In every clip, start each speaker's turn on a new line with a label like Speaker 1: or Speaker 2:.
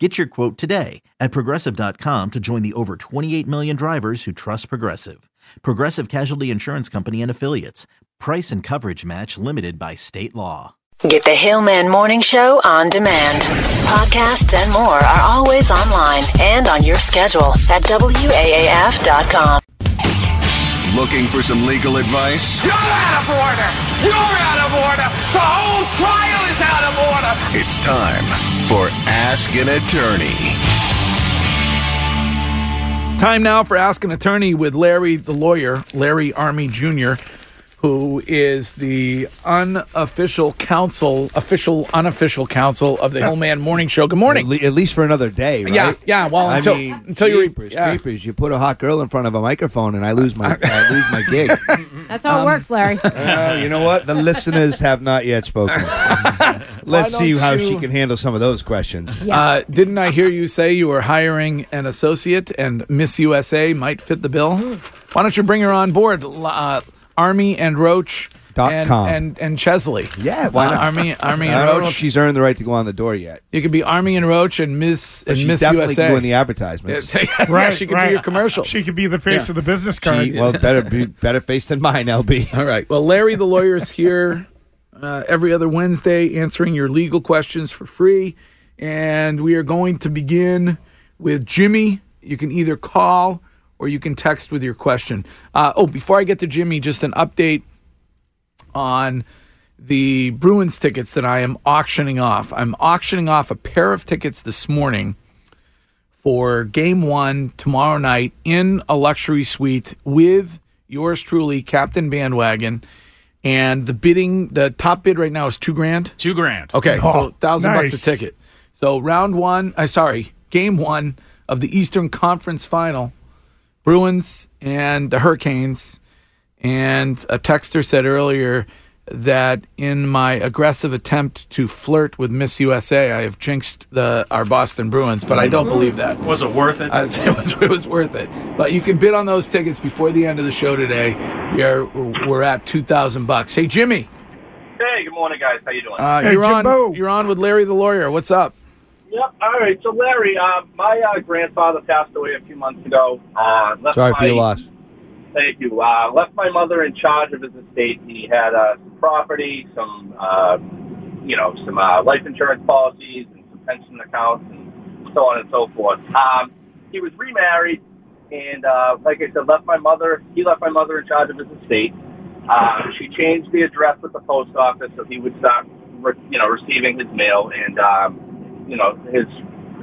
Speaker 1: Get your quote today at progressive.com to join the over 28 million drivers who trust Progressive. Progressive Casualty Insurance Company and Affiliates. Price and coverage match limited by state law.
Speaker 2: Get the Hillman Morning Show on demand. Podcasts and more are always online and on your schedule at
Speaker 3: Uh,
Speaker 2: WAAF.com.
Speaker 4: Looking for some legal advice?
Speaker 5: You're out of order! You're out of order! The whole trial is out of order!
Speaker 4: It's time for Ask an Attorney.
Speaker 6: Time now for Ask an Attorney with Larry the Lawyer, Larry Army Jr., who is the unofficial counsel, official, unofficial counsel of the Hillman Morning Show. Good
Speaker 3: At,
Speaker 6: morning.
Speaker 3: le- at least for another day, right?
Speaker 6: Yeah, yeah, well,
Speaker 3: I
Speaker 6: until-
Speaker 3: mean,
Speaker 6: until you re-
Speaker 3: creepers,
Speaker 6: yeah.
Speaker 3: creepers. You put a hot girl in front of a microphone, and I lose my I lose my gig.
Speaker 7: That's how it works, Larry.
Speaker 3: Uh, you know what? The listeners have not yet spoken. Let's see
Speaker 6: don't
Speaker 3: how
Speaker 6: you-
Speaker 3: she can handle some of those questions.
Speaker 7: Yeah.
Speaker 6: Uh, didn't I hear you say you were hiring an associate and Miss USA might fit the bill?
Speaker 3: Hmm.
Speaker 6: Why don't you bring her on board, L- uh, Army and Roach
Speaker 3: Dot
Speaker 6: and,
Speaker 3: com.
Speaker 6: and and Chesley?
Speaker 3: Yeah, why
Speaker 6: Uh,
Speaker 3: not?
Speaker 6: Army, Army and
Speaker 3: I don't know if
Speaker 6: Roach.
Speaker 3: she's earned the right to go on the door yet.
Speaker 6: You could be Army and Roach and Miss and
Speaker 3: She's
Speaker 6: Miss
Speaker 3: definitely
Speaker 6: USA.
Speaker 3: doing the advertisements.
Speaker 6: yeah, she could do your commercials.
Speaker 8: She could be the face
Speaker 6: Yeah.
Speaker 8: of the business card.
Speaker 3: She, well, better be better face than mine, LB.
Speaker 6: All right. Well, Larry the lawyer is here uh, every other Wednesday answering your legal questions for free. And we are going to begin with Jimmy. You can either call or you can text with your question. Uh, oh, before I get to Jimmy, just an update on the Bruins tickets that I am auctioning off. I'm auctioning off a pair of tickets this morning for game one tomorrow night in a luxury suite with yours truly, Captain Bandwagon. And the bidding, the top bid right now is two grand.
Speaker 8: Two grand.
Speaker 6: Okay, so thousand bucks
Speaker 8: nice.
Speaker 6: a ticket. So round one, I sorry, game one of the Eastern Conference Final, Bruins and the Hurricanes. And a texter said earlier that in my aggressive attempt to flirt with Miss USA, I have jinxed the our Boston Bruins, but I don't believe that.
Speaker 8: Was it worth it?
Speaker 6: I was- it, was, it was worth it. But you can bid on those tickets before the end of the show today. We are we're at two thousand bucks. Hey Jimmy,
Speaker 9: Hey, good morning, guys. How you doing?
Speaker 6: uh,
Speaker 8: Hey,
Speaker 6: you're
Speaker 8: Jimbo.
Speaker 6: on. You're on with Larry the lawyer. What's up?
Speaker 9: yep. All right. So, Larry, uh, my uh, grandfather passed away a few months ago. Uh, left
Speaker 3: Sorry
Speaker 9: my,
Speaker 3: for your loss.
Speaker 9: Thank you. Uh, left my mother in charge of his estate. He had uh, some property, some, uh, you know, some uh, life insurance policies and some pension accounts and so on and so forth. Um, he was remarried, and uh, like I said, left my mother. He left my mother in charge of his estate. Uh, she changed the address with the post office, so he would start, re- you know, receiving his mail. And um, you know, his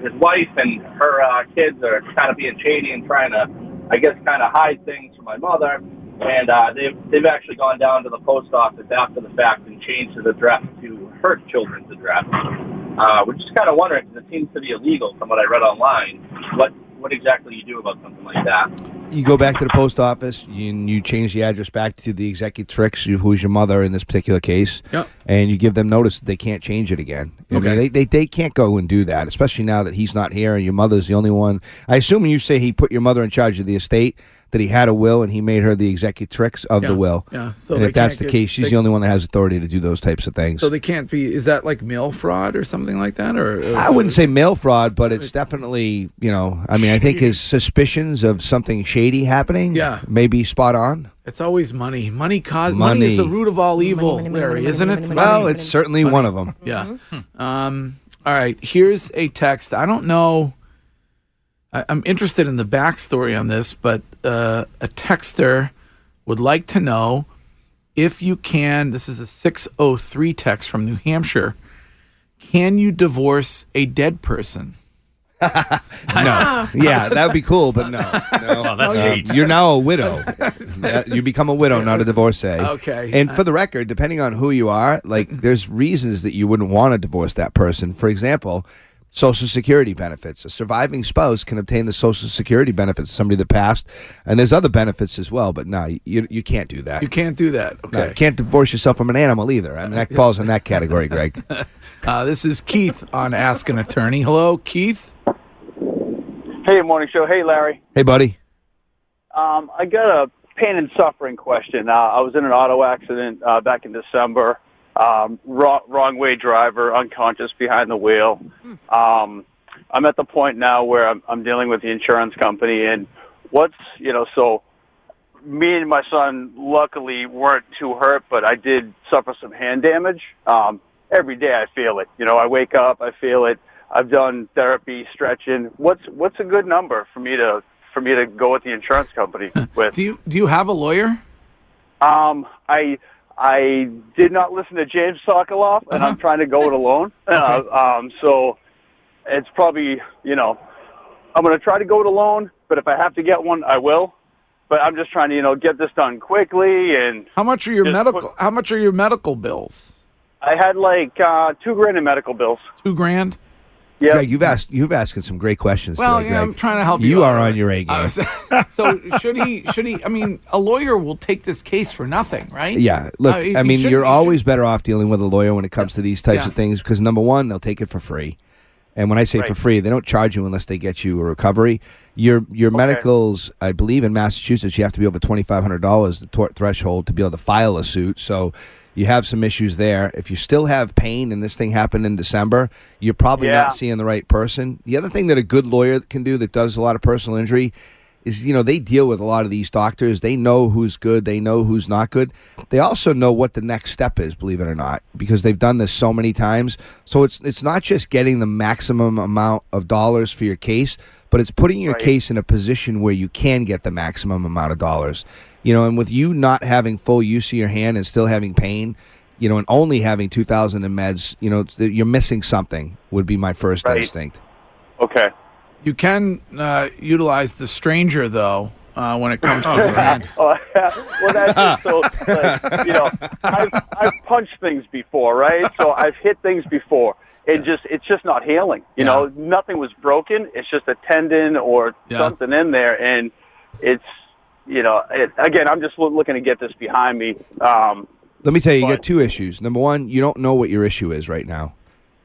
Speaker 9: his wife and her uh, kids are kind of being shady and trying to, I guess, kind of hide things from my mother. And uh, they've they've actually gone down to the post office after the fact and changed his address to her children's address. Uh, we're just kind of wondering because it seems to be illegal from what I read online. What what exactly you do about something like that?
Speaker 3: You go back to the post office you- and you change the address back to the executrix, you- who's your mother in this particular case,
Speaker 6: Yep.
Speaker 3: and you give them notice that they can't change it again. I mean,
Speaker 6: Okay.
Speaker 3: they, they, they can't go and do that, especially now that he's not here and your mother's the only one. I assume you say he put your mother in charge of the estate, that he had a will and he made her the executrix of
Speaker 6: Yeah,
Speaker 3: the will.
Speaker 6: yeah, so
Speaker 3: and
Speaker 6: they
Speaker 3: if that's
Speaker 6: can't
Speaker 3: the
Speaker 6: get-
Speaker 3: case, she's
Speaker 6: they-
Speaker 3: the only one that has authority to do those types of things.
Speaker 6: So they can't be. Is that like mail fraud or something like that? Or, or
Speaker 3: I wouldn't say mail fraud, but it's definitely, you know, I mean, I think his suspicions of something shady happening
Speaker 6: Yeah.
Speaker 3: may be spot on.
Speaker 6: It's always money. Money cause money, is the
Speaker 3: Money.
Speaker 6: root of all evil,
Speaker 7: money, money,
Speaker 6: Larry,
Speaker 7: money,
Speaker 6: isn't
Speaker 7: money,
Speaker 6: it?
Speaker 7: money, money.
Speaker 3: Well, it's Hmm. certainly one of them.
Speaker 6: Yeah. Um, all right. Here's a text. I don't know. I, I'm interested in the backstory on this, but uh, a texter would like to know if you can. This is a 603 text from New Hampshire. Can you divorce a dead person?
Speaker 3: No. yeah, that would be cool, but no. No,
Speaker 6: Oh,
Speaker 8: that's
Speaker 3: Um,
Speaker 8: hate.
Speaker 3: You're now a widow. That- you become a widow, not a divorcee.
Speaker 6: Okay. Uh,
Speaker 3: And for the record, depending on who you are, like there's reasons that you wouldn't want to divorce that person. For example, Social Security benefits. A surviving spouse can obtain the Social Security benefits of somebody that passed, and there's other benefits as well. But no, you you can't do that.
Speaker 6: You can't do that.
Speaker 3: No,
Speaker 6: Okay.
Speaker 3: you can't divorce yourself from an animal either. I mean, that falls in that category, Greg.
Speaker 6: Uh, this is Keith on Ask an Attorney. Hello, Keith.
Speaker 7: Hey, morning show. Hey, Larry.
Speaker 3: hey, buddy.
Speaker 7: Um, I got a pain and suffering question. Uh, I was in an auto accident uh, back in December. Um, wrong, wrong way driver, unconscious behind the wheel. Um, I'm at the point now where I'm, I'm dealing with the insurance company, and what's you know so. Me and my son luckily weren't too hurt, but I did suffer some hand damage. Um, every day I feel it. You know, I wake up, I feel it. I've done therapy, stretching. What's what's a good number for me to for me to go with the insurance company with?
Speaker 6: Do you do you have a lawyer?
Speaker 7: Um, I I did not listen to James Sokoloff, and
Speaker 6: Uh-huh.
Speaker 7: I'm trying to go it alone. Uh, um, so it's probably you know I'm going to try to go it alone, but if I have to get one, I will. But I'm just trying to you know get this done quickly, and
Speaker 6: How much are your
Speaker 7: Yes,
Speaker 6: medical how much are your medical bills?
Speaker 7: I had like uh, two grand in medical bills.
Speaker 6: 2 grand?
Speaker 7: Yeah,
Speaker 3: Greg, you've asked you've asking some great questions.
Speaker 6: Well,
Speaker 3: today,
Speaker 6: yeah,
Speaker 3: Greg.
Speaker 6: I'm trying to help you.
Speaker 3: You
Speaker 6: out.
Speaker 3: are on your A game.
Speaker 6: I was- so should he should he I mean, a lawyer will take this case for nothing, right?
Speaker 3: Yeah, look,
Speaker 6: Uh, he-
Speaker 3: I
Speaker 6: he
Speaker 3: mean,
Speaker 6: should-
Speaker 3: you're
Speaker 6: he should-
Speaker 3: always better off dealing with a lawyer when it comes to these types
Speaker 6: Yeah.
Speaker 3: of things because number one, they'll take it for free, and when I say for
Speaker 7: Right.
Speaker 3: free, they don't charge you unless they get you a recovery. Your your medicals, I believe, in Massachusetts, you have to be over twenty five hundred dollars the tort threshold to be able to file a suit. So. You have some issues there. If you still have pain and this thing happened in December, you're probably
Speaker 7: Yeah.
Speaker 3: not seeing the right person. The other thing that a good lawyer can do that does a lot of personal injury is you know they deal with a lot of these doctors they know who's good they know who's not good they also know what the next step is believe it or not because they've done this so many times so it's it's not just getting the maximum amount of dollars for your case but it's putting your
Speaker 7: Right.
Speaker 3: case in a position where you can get the maximum amount of dollars you know and with you not having full use of your hand and still having pain you know and only having 2000 in meds you know it's- you're missing something would be my first
Speaker 7: Right.
Speaker 3: instinct
Speaker 7: okay.
Speaker 6: You can uh, utilize the stranger though uh, when it comes to the hand.
Speaker 7: Oh, well, that's just so, like, you know, I've, I've punched things before, right? So I've hit things before. It just, it's just not healing. You know, nothing was broken. It's just a tendon or
Speaker 6: Yeah.
Speaker 7: something in there. And it's, you know, it, again, I'm just loo- looking to get this behind me. Um,
Speaker 3: Let me tell you, you got
Speaker 7: But-
Speaker 3: two issues. Number one, you don't know what your issue is right now.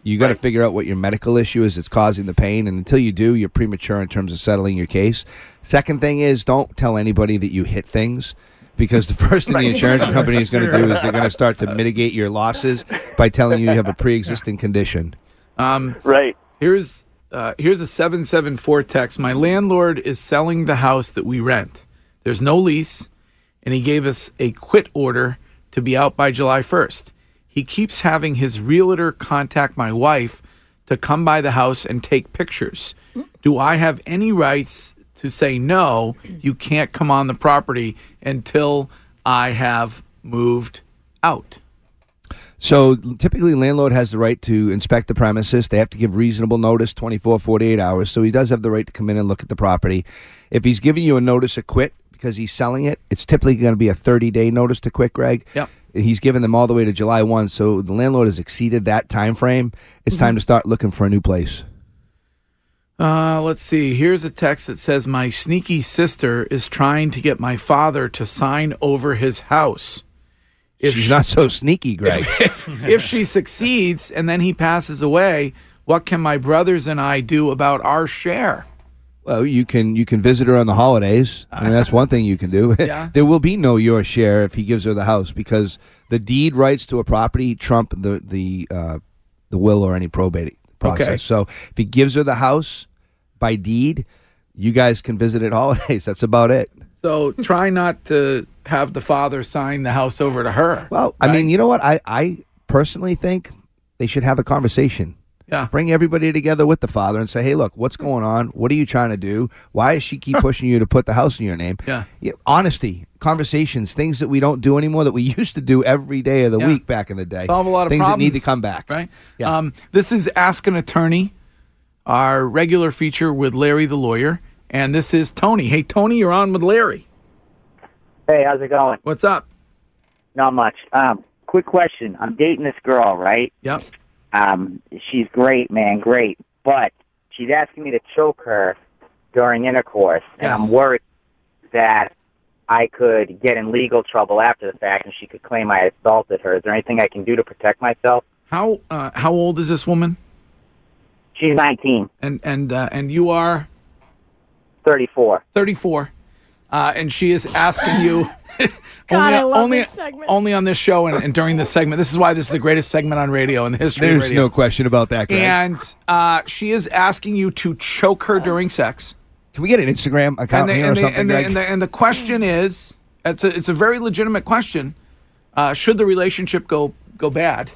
Speaker 3: You got to figure out what your medical issue is that's causing the pain, and until you do, you're premature in terms of settling your case. Second thing is, don't tell anybody that you hit things. Because the first thing the insurance company is going to do is they're going to start to mitigate your losses by telling you you have a pre-existing condition.
Speaker 7: right.
Speaker 6: Um, Here's uh, here's a seven seven four text. My landlord is selling the house that we rent. There's no lease, and he gave us a quit order to be out by July first. He keeps having his realtor contact my wife to come by the house and take pictures. Do I have any rights to say no? You can't come on the property until I have moved out.
Speaker 3: So typically, landlord has the right to inspect the premises. They have to give reasonable notice, 24, 48 hours. So he does have the right to come in and look at the property. If he's giving you a notice to quit because he's selling it, it's typically going to be a 30 day notice to quit, Greg.
Speaker 6: Yep.
Speaker 3: He's given them all the way to July 1. So the landlord has exceeded that time frame. It's time to start looking for a new place.
Speaker 6: Uh, let's see. Here's a text that says my sneaky sister is trying to get my father to sign over his house. If
Speaker 3: She's
Speaker 6: she,
Speaker 3: not so sneaky, Greg.
Speaker 6: if she succeeds and then he passes away, what can my brothers and I do about our share?
Speaker 3: Well, you can you can visit her on the holidays. I mean, that's one thing you can do.
Speaker 6: Yeah.
Speaker 3: there will be no your share if he gives her the house because the deed rights to a property trump the the uh, the will or any probate process.
Speaker 6: Okay.
Speaker 3: So if he gives her the house by deed, you guys can visit at holidays. That's about it.
Speaker 6: So try not to have the father sign the house over to her.
Speaker 3: Well, I mean, you know what? I I personally think they should have a conversation.
Speaker 6: Yeah.
Speaker 3: Bring everybody together with the father and say, "Hey, look, what's going on? What are you trying to do? Why does she keep pushing you to put the house in your name?"
Speaker 6: Yeah.
Speaker 3: honesty, conversations, things that we don't do anymore that we used to do every day of the
Speaker 6: Yeah.
Speaker 3: week back in the day.
Speaker 6: solve a lot of
Speaker 3: things
Speaker 6: problems
Speaker 3: that need to come back.
Speaker 6: right?
Speaker 3: Yeah.
Speaker 6: Um, this is Ask an Attorney, our regular feature with Larry the lawyer, and this is Tony. Hey, Tony, you're on with Larry.
Speaker 8: Hey, how's it going?
Speaker 6: What's up?
Speaker 8: Not much. Um, quick question. I'm dating this girl, right?
Speaker 6: Yep.
Speaker 8: Um, she's great, man, great. but she's asking me to choke her during intercourse, and
Speaker 6: Yes.
Speaker 8: I'm worried that I could get in legal trouble after the fact, and she could claim I assaulted her. Is there anything I can do to protect myself?
Speaker 6: How uh, how old is this woman?
Speaker 8: She's 19,
Speaker 6: And and uh, and you are
Speaker 8: 34.
Speaker 6: 34, uh, and she is asking you.
Speaker 10: God, I love
Speaker 6: only,
Speaker 10: this segment.
Speaker 6: only on this show and, and during this segment. This is why this is the greatest segment on radio in the history of
Speaker 3: There's
Speaker 6: radio.
Speaker 3: no question about that. Greg.
Speaker 6: and uh, she is asking you to choke her during sex.
Speaker 3: can we get an Instagram account
Speaker 6: and the,
Speaker 3: here
Speaker 6: and
Speaker 3: or
Speaker 6: the-
Speaker 3: something?
Speaker 6: and the-
Speaker 3: Greg?
Speaker 6: and the- and the question is, it's a, it's a very legitimate question. Uh, should the relationship go go bad,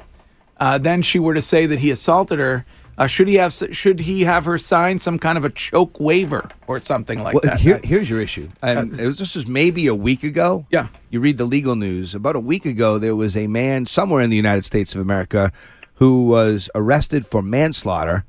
Speaker 6: uh, then she were to say that he assaulted her. Uh, should he have s- should he have her sign some kind of a choke waiver or something like
Speaker 3: Well,
Speaker 6: that?
Speaker 3: here, here's your issue. And it was, this was maybe a week ago.
Speaker 6: Yeah.
Speaker 3: You read the legal news. About a week ago, there was a man somewhere in the United States of America who was arrested for manslaughter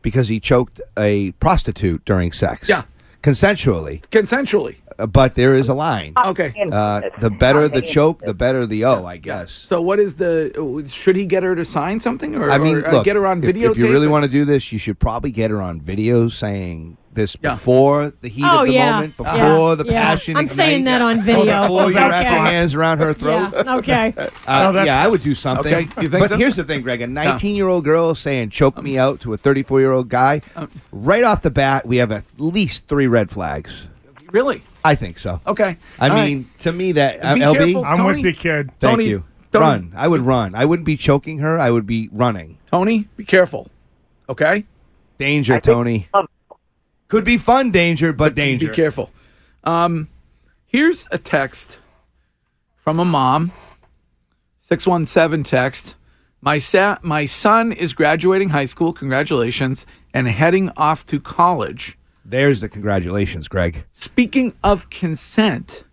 Speaker 3: because he choked a prostitute during sex.
Speaker 6: Yeah.
Speaker 3: Consensually.
Speaker 6: Consensually.
Speaker 3: Uh, But there is a line.
Speaker 6: Okay.
Speaker 3: Uh, the better the choke, the better the O, I guess.
Speaker 6: So what is the? Should he get her to sign something or,
Speaker 3: I mean,
Speaker 6: or, uh,
Speaker 3: look,
Speaker 6: get her on
Speaker 3: if-
Speaker 6: video?
Speaker 3: If you really want to do this, you should probably get her on video saying this
Speaker 6: Yeah.
Speaker 3: before the heat
Speaker 10: Oh
Speaker 3: of the
Speaker 10: yeah.
Speaker 3: moment, before
Speaker 10: yeah.
Speaker 3: the
Speaker 10: yeah.
Speaker 3: passion.
Speaker 10: I'm saying that
Speaker 3: ignites.
Speaker 10: on video.
Speaker 3: Before you wrap your
Speaker 10: okay.
Speaker 3: hands around her throat.
Speaker 10: Yeah. Okay.
Speaker 3: Uh,
Speaker 6: that's-
Speaker 3: yeah, I would do something.
Speaker 6: Okay, you think
Speaker 3: but
Speaker 6: so?
Speaker 3: here's the thing, Greg. A 19 year old girl saying, choke me out to a 34 year old guy,
Speaker 6: Um,
Speaker 3: right off the bat, we have at least three red flags.
Speaker 6: really?
Speaker 3: I think so.
Speaker 6: Okay.
Speaker 3: I
Speaker 6: All right.
Speaker 3: mean, to me, that.
Speaker 6: Be
Speaker 3: LB,
Speaker 6: careful.
Speaker 3: thank
Speaker 11: I'm
Speaker 6: Tony?
Speaker 11: with you, kid.
Speaker 6: Tony,
Speaker 3: you.
Speaker 6: Tony.
Speaker 3: Run. I would run. I wouldn't be choking her. I would be running.
Speaker 6: Tony, be careful. Okay.
Speaker 3: Danger, Tony. Could be fun, danger, but danger.
Speaker 6: Be careful. Um, here's a text from a mom. 617 text. My sa- my son is graduating high school. Congratulations and heading off to college.
Speaker 3: There's the congratulations, Greg.
Speaker 6: Speaking of consent,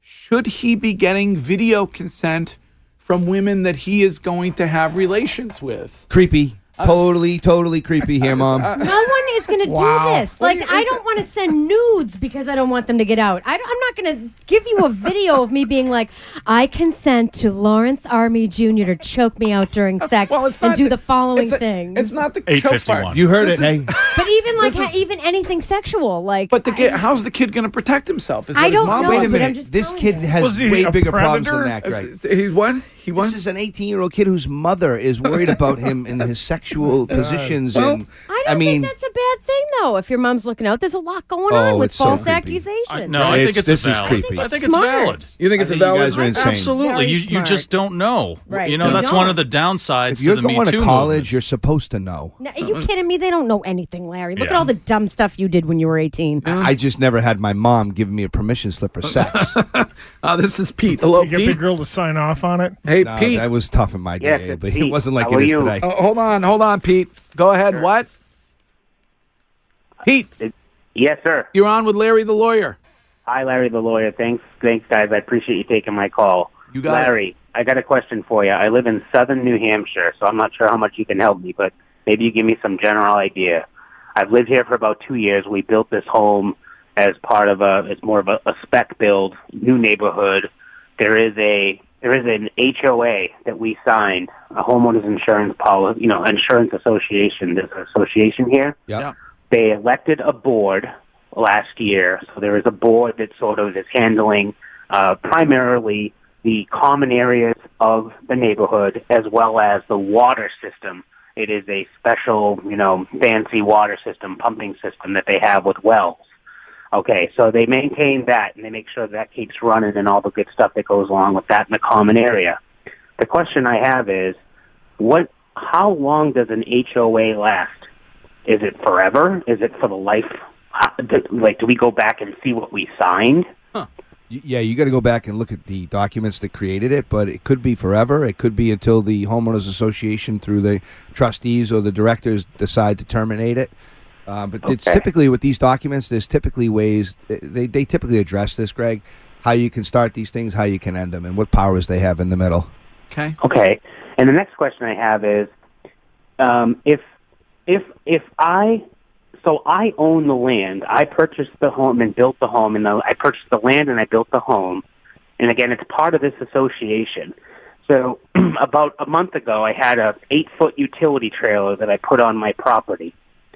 Speaker 6: should he be getting video consent from women that he is going to have relations with?
Speaker 3: Creepy.
Speaker 6: Uh,
Speaker 3: Totally, totally creepy here, Mom.
Speaker 10: No one is going to do this.
Speaker 6: What
Speaker 10: Like,
Speaker 6: do you-
Speaker 10: I don't want to send nudes because I don't want them to get out. I, am not going to give you a video of me being like, I consent to Lawrence Army Jr. to choke me out during sex and do the, following
Speaker 6: it's a-
Speaker 10: thing.
Speaker 6: It's not the choke part.
Speaker 11: 851.
Speaker 3: you heard it, hey?
Speaker 10: but even like,
Speaker 6: this is-
Speaker 10: even anything sexual, like,
Speaker 6: But the kid, how's the kid going to protect himself? Is
Speaker 10: I
Speaker 6: what his
Speaker 10: don't
Speaker 6: mom
Speaker 10: know,
Speaker 6: wants.
Speaker 3: Wait a
Speaker 10: but I'm
Speaker 3: minute.
Speaker 10: just
Speaker 3: This
Speaker 10: telling
Speaker 3: kid
Speaker 10: you.
Speaker 3: has
Speaker 11: Was he
Speaker 3: way
Speaker 11: a
Speaker 3: bigger problems than
Speaker 11: predator?
Speaker 3: that, Greg.
Speaker 6: He won. He won.
Speaker 3: This is an 18 year old kid who's mother is worried about him and his
Speaker 6: Oh
Speaker 3: sexual positions. And
Speaker 10: I
Speaker 3: I
Speaker 10: don't
Speaker 3: mean,
Speaker 10: think that's a bad thing, though. If your mom's looking out, there's a lot going
Speaker 3: Oh,
Speaker 10: on with
Speaker 3: it's so
Speaker 10: false
Speaker 3: creepy.
Speaker 10: accusations.
Speaker 11: I, no, I think
Speaker 3: It's-
Speaker 11: it's
Speaker 3: this is
Speaker 11: valid.
Speaker 3: creepy.
Speaker 11: I think it's
Speaker 10: Smart.
Speaker 11: valid.
Speaker 6: You think it's
Speaker 3: I
Speaker 6: a
Speaker 3: think you
Speaker 6: valid?
Speaker 3: guys are insane.
Speaker 11: Absolutely.
Speaker 10: Very
Speaker 11: You, you
Speaker 10: smart.
Speaker 11: just don't know.
Speaker 10: Right.
Speaker 11: You know,
Speaker 10: You
Speaker 11: that's
Speaker 10: don't.
Speaker 11: one of the downsides
Speaker 3: if you're
Speaker 11: to the Me
Speaker 3: going
Speaker 11: Too
Speaker 3: to college,
Speaker 11: movement.
Speaker 3: you're supposed to know.
Speaker 10: No, are you kidding me? They don't know anything, Larry. Look at
Speaker 11: Yeah.
Speaker 10: all the dumb stuff you did when you were 18.
Speaker 3: I just never had my mom giving me a permission slip for sex.
Speaker 6: Uh, this is Pete. Hello,
Speaker 11: You get the
Speaker 6: Pete.
Speaker 11: girl to sign off on it.
Speaker 6: Hey,
Speaker 3: No,
Speaker 6: Pete.
Speaker 3: that was tough in my
Speaker 8: Yes,
Speaker 3: day,
Speaker 8: it's
Speaker 3: but it
Speaker 8: Pete.
Speaker 3: wasn't like
Speaker 8: How
Speaker 3: it
Speaker 8: are
Speaker 3: is
Speaker 8: you?
Speaker 3: today.
Speaker 6: Oh, hold on, hold on, Pete. Go ahead. What? Pete,
Speaker 8: Yes, sir.
Speaker 6: you're on with Larry the lawyer.
Speaker 8: Hi, Larry the lawyer. Thanks, thanks, guys. I appreciate you taking my call.
Speaker 6: You got it.
Speaker 8: Larry, I got a question for you. I live in southern New Hampshire, so I'm not sure how much you can help me, but maybe you give me some general idea. I've lived here for about two years. We built this home as part of a, it's more of a, a spec build, new neighborhood. There is a there is an HOA that we signed, a homeowners insurance policy, you know, insurance association. There's an association here
Speaker 6: Yeah.
Speaker 8: they elected a board last year. So there is a board that sort of is handling uh, primarily the common areas of the neighborhood as well as the water system. It is a special, you know, fancy water system, pumping system that they have with wells. Okay, so they maintain that and they make sure that keeps running and all the good stuff that goes along with that in the common Um, area. The question I have is, what? How long does an HOA last? Is it forever? Is it for the life? how- do- Like, do we go back and see what we signed?
Speaker 3: Y- Yeah, you got to go back and look at the documents that created it, but it could be forever. It could be until the homeowners association, through the trustees or the directors, decide to terminate it. Uh, but it's
Speaker 8: Okay.
Speaker 3: typically with these documents. There's typically ways eh, they they typically address this, Greg. How you can start these things, how you can end them, and what powers they have in the middle.
Speaker 6: Okay.
Speaker 8: Okay. And the next question I have is, um, if if if I so I own the land, I purchased the home and built the home, and the, I purchased the land and I built the home, and again, it's part of this association. So about a month ago, I had a eight foot utility trailer that I put on my property.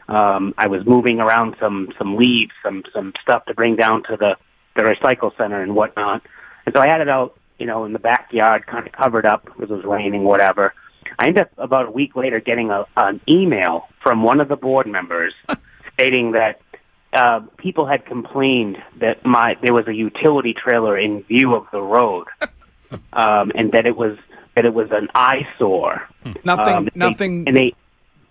Speaker 8: Um, I was moving around some some leaves, some some stuff to bring down to the the recycle center and whatnot. And so I had it out, you know, in the backyard, kind of covered up because it was raining, whatever. I ended up about a week later getting a, an email from one of the board members stating that uh, people had complained that my there was a utility trailer in view of the road, um, and that it was that it was an eyesore.
Speaker 11: Hmm.
Speaker 6: Nothing-
Speaker 8: Um, they-
Speaker 6: nothing-
Speaker 8: and they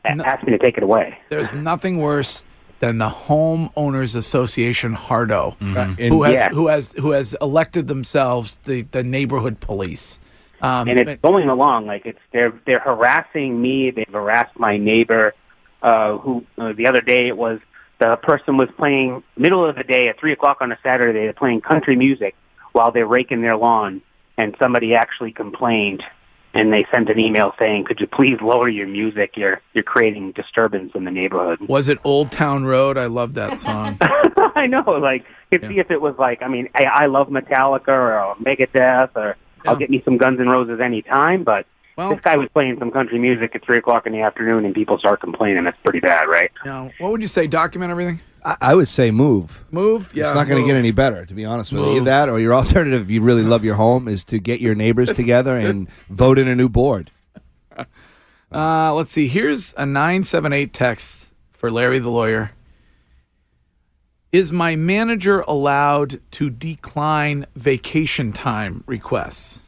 Speaker 8: a- asked me to take it away.
Speaker 6: There's nothing worse than the homeowners association hardo
Speaker 11: Mm-hmm.
Speaker 3: Uh,
Speaker 6: who has
Speaker 8: Yeah.
Speaker 6: who has who has elected themselves the, the neighborhood police. Um,
Speaker 8: and it's going along like it's they're they're harassing me they've harassed my neighbor uh who uh, the other day it was the person was playing middle of the day at three o'clock on a saturday they're playing country music while they're raking their lawn and somebody actually complained and they sent an email saying could you please lower your music you're you're creating disturbance in the neighborhood
Speaker 6: was it Old Town Road? I love that song.
Speaker 8: I know, like if if it was like, I mean, I, I love Metallica or Megadeth or I'll get me some Guns N' Roses any time, but this guy was playing some country music at three o'clock in the afternoon, and people start complaining. That's pretty bad, right?
Speaker 6: Now, what would you say? Document everything.
Speaker 3: I, I would say move.
Speaker 6: Move. Yeah,
Speaker 3: it's not going to
Speaker 6: move.
Speaker 3: get any better, to be honest with you.
Speaker 6: Move.
Speaker 3: Either That or your alternative, if you really love your home, is to get your neighbors together and vote in a new board.
Speaker 6: Uh, let's see. Here's a 978 text for Larry the lawyer. Is my manager allowed to decline vacation time requests?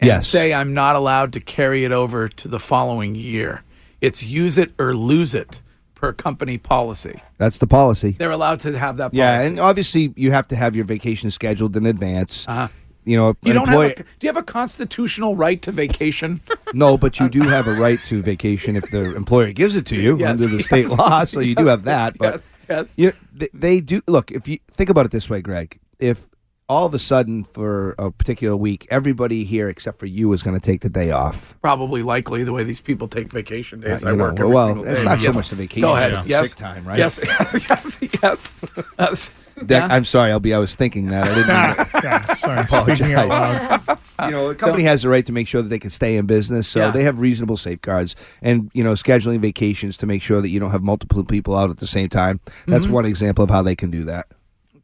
Speaker 6: And
Speaker 3: Yes.
Speaker 6: say I'm not allowed to carry it over to the following year. It's use it or lose it per company policy.
Speaker 3: That's the policy.
Speaker 6: They're allowed to have that policy.
Speaker 3: Yeah, and obviously you have to have your vacation scheduled in advance.
Speaker 6: Uh-huh.
Speaker 3: You know,
Speaker 6: you
Speaker 3: an
Speaker 6: don't
Speaker 3: employee-
Speaker 6: have a, do you have a constitutional right to vacation?
Speaker 3: no, but you do have a right to vacation if the employer gives it to you
Speaker 6: Yes,
Speaker 3: under the
Speaker 6: yes,
Speaker 3: state law. So you do
Speaker 6: yes,
Speaker 3: have that. But
Speaker 6: yes, yes.
Speaker 3: You they, they do look. If you think about it this way, Greg, if all of a sudden for a particular week everybody here except for you is going to take the day off.
Speaker 6: probably likely the way these people take vacation days.
Speaker 3: Uh,
Speaker 6: I
Speaker 3: you
Speaker 6: work
Speaker 3: know,
Speaker 6: every
Speaker 3: well,
Speaker 6: single day.
Speaker 3: it's not
Speaker 6: but
Speaker 3: so much the vacation,
Speaker 6: Go ahead.
Speaker 3: it's the
Speaker 6: Yes.
Speaker 3: sick time, right?
Speaker 6: Yes. yes. Yes. Yes.
Speaker 3: That,
Speaker 6: Yeah.
Speaker 3: I'm sorry, LB. I was thinking that. I didn't. mean to
Speaker 11: Sorry, speaking out
Speaker 3: apologize.
Speaker 11: loud.
Speaker 3: you know, a company has the right to make sure that they can stay in business, so
Speaker 6: Yeah.
Speaker 3: they have reasonable safeguards and you know scheduling vacations to make sure that you don't have multiple people out at the same time. That's
Speaker 6: Mm-hmm.
Speaker 3: one example of how they can do that.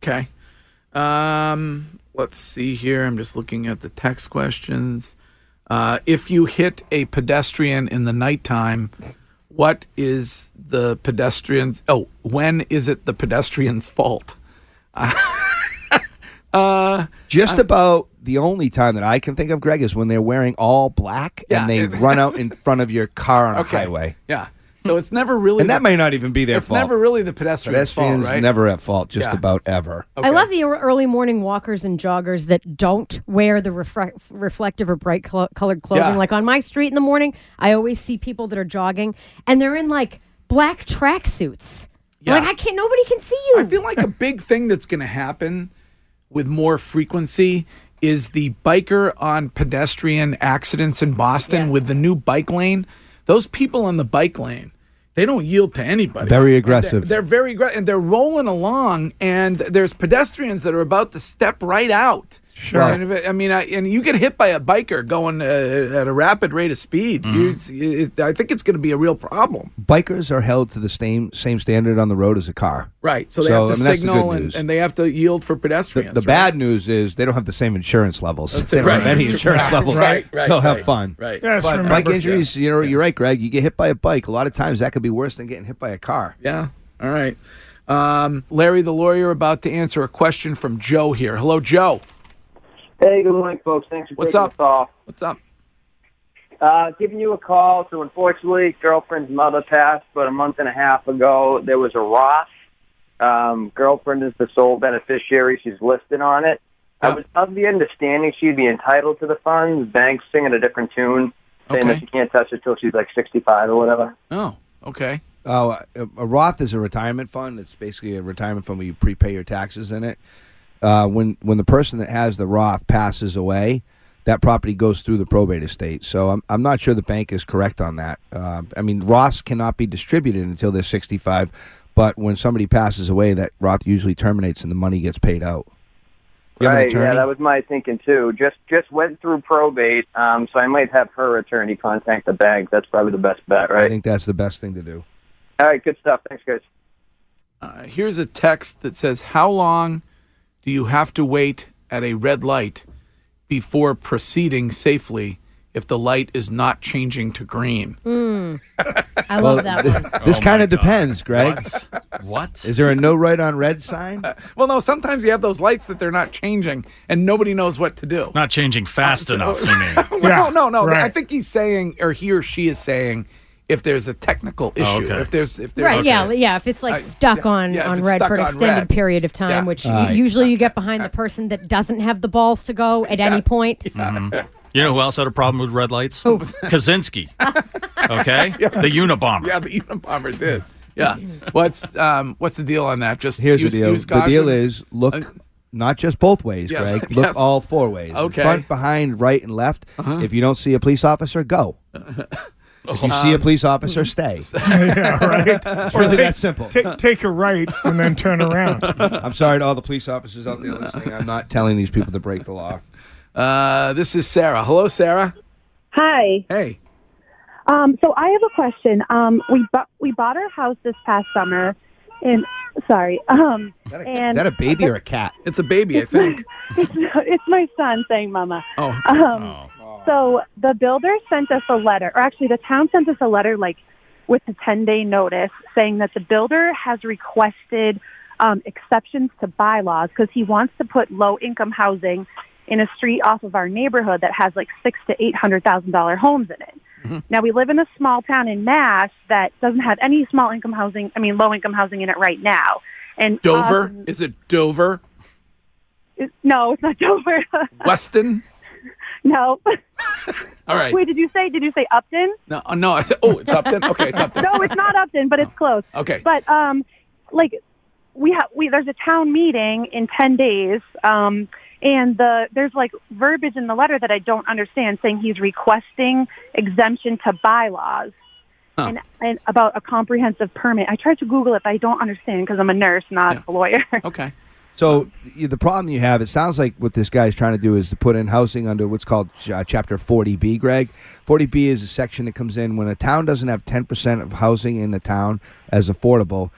Speaker 6: Okay. Um, let's see here. I'm just looking at the text questions. Uh, if you hit a pedestrian in the nighttime, what is the pedestrian's? Oh, when is it the pedestrian's fault? uh,
Speaker 3: Just about the only time that I can think of, Greg, is when they're wearing all black
Speaker 6: Yeah.
Speaker 3: and they run out in front of your car on
Speaker 6: Okay.
Speaker 3: a highway,
Speaker 6: yeah. So it's never really.
Speaker 3: and that may not even be their
Speaker 6: it's
Speaker 3: fault.
Speaker 6: never really the pedestrian's fault,
Speaker 3: Pedestrians
Speaker 6: right?
Speaker 3: never at fault, just
Speaker 6: Yeah.
Speaker 3: about ever.
Speaker 6: Okay.
Speaker 10: I love the ear- early morning walkers and joggers that don't wear the refre- reflective or bright clo- colored clothing.
Speaker 6: Yeah.
Speaker 10: Like on my street in the morning, I always see people that are jogging and they're in like black tracksuits.
Speaker 6: Yeah.
Speaker 10: Like I can't. Nobody can see you.
Speaker 6: I feel like a big thing that's going to happen with more frequency is the biker on pedestrian accidents in Boston with the new bike lane. Those people on the bike lane, they don't yield to anybody.
Speaker 3: Very
Speaker 6: And they're-
Speaker 3: aggressive.
Speaker 6: They're, very aggressive, and they're rolling along, and there's pedestrians that are about to step right out. Sure. And if it- I mean, I, and you get hit by a biker going uh, at a rapid rate of speed.
Speaker 3: Mm-hmm.
Speaker 6: You- it's- it- I think it's going to be a real problem.
Speaker 3: Bikers are held to the same same standard on the road as a car.
Speaker 6: Right. So they
Speaker 3: So,
Speaker 6: have to
Speaker 3: I mean, that's the
Speaker 6: signal
Speaker 3: good
Speaker 6: and,
Speaker 3: news.
Speaker 6: and they have to yield for pedestrians.
Speaker 3: The
Speaker 6: right?
Speaker 3: bad news is they don't have the same insurance levels. they don't
Speaker 6: right.
Speaker 3: have any
Speaker 6: That's
Speaker 3: insurance
Speaker 6: right,
Speaker 3: levels.
Speaker 6: right, right,
Speaker 3: so have
Speaker 6: right,
Speaker 3: fun.
Speaker 6: Right.
Speaker 11: Yes,
Speaker 3: But
Speaker 11: remember.
Speaker 3: bike injuries, you know, you're right, Greg. You get hit by a bike. A lot of times that could be worse than getting hit by a car.
Speaker 6: Yeah. All right. Um, Larry the lawyer about to answer a question from Joe here. Hello, Joe.
Speaker 9: Hey, good morning, folks. Thanks for
Speaker 6: What's
Speaker 9: taking
Speaker 6: up?
Speaker 9: the call.
Speaker 6: What's up?
Speaker 9: Uh, giving you a call. So, unfortunately, girlfriend's mother passed about a month and a half ago. There was a Roth. Um, girlfriend is the sole beneficiary. She's listed on it. I was of the understanding she'd be entitled to the funds. Bank's singing a different tune, saying that
Speaker 6: Okay.
Speaker 9: she can't touch it till she's like 65 or whatever.
Speaker 6: Oh, okay.
Speaker 3: Oh, a, a Roth is a retirement fund. It's basically a retirement fund where you prepay your taxes in it. Uh, when when the person that has the Roth passes away, that property goes through the probate estate. So I'm I'm not sure the bank is correct on that. Uh, I mean, Roths cannot be distributed until they're 65, but when somebody passes away, that Roth usually terminates and the money gets paid out. You have an
Speaker 9: Right, yeah,
Speaker 3: attorney?
Speaker 9: that was my thinking too. Just just went through probate, um, so I might have her attorney contact the bank. That's probably the best bet,
Speaker 3: I
Speaker 9: right?
Speaker 3: think that's the best thing to do.
Speaker 9: All right, good stuff. Thanks, guys.
Speaker 6: Uh, here's a text that says, How long do you have to wait at a red light before proceeding safely if the light is not changing to green?
Speaker 10: Mm. I
Speaker 3: Well,
Speaker 10: love that
Speaker 3: th-
Speaker 10: one.
Speaker 3: This kind of depends, Greg.
Speaker 11: What?
Speaker 3: Is there a no right on red sign?
Speaker 6: Uh, Well, no, sometimes you have those lights that they're not changing and nobody knows what to do.
Speaker 11: Not changing fast enough, you mean?
Speaker 6: Well, no, no, no. I think he's saying, or he or she is saying, if there's a technical issue,
Speaker 11: Oh, okay.
Speaker 6: if there's, if there's,
Speaker 10: Right, yeah, yeah. If it's like
Speaker 6: I-
Speaker 10: stuck
Speaker 6: yeah,
Speaker 10: on,
Speaker 6: yeah, if
Speaker 10: on
Speaker 6: it's
Speaker 10: red
Speaker 6: stuck
Speaker 10: for an
Speaker 6: on
Speaker 10: extended
Speaker 6: red.
Speaker 10: period of time,
Speaker 6: Yeah. Uh,
Speaker 10: which you-
Speaker 3: Right.
Speaker 10: usually you get behind the person that doesn't have the balls to go at any point.
Speaker 11: You know who else had a problem with red lights? Kaczynski. Okay? The Unabomber.
Speaker 6: Yeah, the Unabomber did. Yeah. What's um what's the deal on that? Just
Speaker 3: Here's
Speaker 6: use,
Speaker 3: the deal.
Speaker 6: Use
Speaker 3: The deal
Speaker 6: caution?
Speaker 3: is look
Speaker 6: Uh,
Speaker 3: not just both ways,
Speaker 6: Yes,
Speaker 3: Greg. Look
Speaker 6: yes.
Speaker 3: all four ways. In
Speaker 6: Okay. Uh-huh.
Speaker 3: Front, behind, right, and left. If you don't see a police officer, go. If you
Speaker 6: Um,
Speaker 3: see a police officer, stay.
Speaker 11: yeah, right.
Speaker 3: It's really that simple.
Speaker 12: Take, take a right and then turn around.
Speaker 3: I'm sorry to all the police officers out there listening. I'm not telling these people to break the law.
Speaker 6: Uh, this is Sarah. Hello, Sarah.
Speaker 13: Hi.
Speaker 6: Hey.
Speaker 13: Um, so I have a question. Um, we bought we bought our house this past summer, and sorry. Um, and
Speaker 3: Is that a baby or a cat?
Speaker 6: It's a baby, I think.
Speaker 13: it's, it's my son saying "mama."
Speaker 6: Oh.
Speaker 13: Um, So the builder sent us a letter, or actually, the town sent us a letter, like with a ten day notice, saying that the builder has requested um, exceptions to bylaws because he wants to put low income housing in a street off of our neighborhood that has like six to eight hundred thousand dollar homes in it.
Speaker 6: Mm-hmm.
Speaker 13: Now we live in a small town in Mass that doesn't have any small income housing. I mean, low income housing in it right now. And
Speaker 6: Dover?
Speaker 13: um,
Speaker 6: is it Dover?
Speaker 13: it- no, it's not Dover.
Speaker 6: Weston?
Speaker 13: no.
Speaker 6: All right.
Speaker 13: uh, Wait, did you say? Did you say Upton?
Speaker 6: No, uh, no. I th- oh, it's Upton. Okay, it's Upton. Oh.
Speaker 13: No, it's not Upton, but it's close.
Speaker 6: Okay.
Speaker 13: But um, like we have we there's a town meeting in ten days. Um, and the there's like verbiage in the letter that I don't understand, saying he's requesting exemption to bylaws.
Speaker 6: Huh.
Speaker 13: And, and about a comprehensive permit. I tried to Google it, but I don't understand because I'm a nurse, not a lawyer.
Speaker 6: Okay.
Speaker 3: So y- the problem you have, it sounds like what this guy's trying to do is to put in housing under what's called ch- uh, Chapter 40B, Greg. 40B is a section that comes in when a town doesn't have 10% of housing in the town as affordable.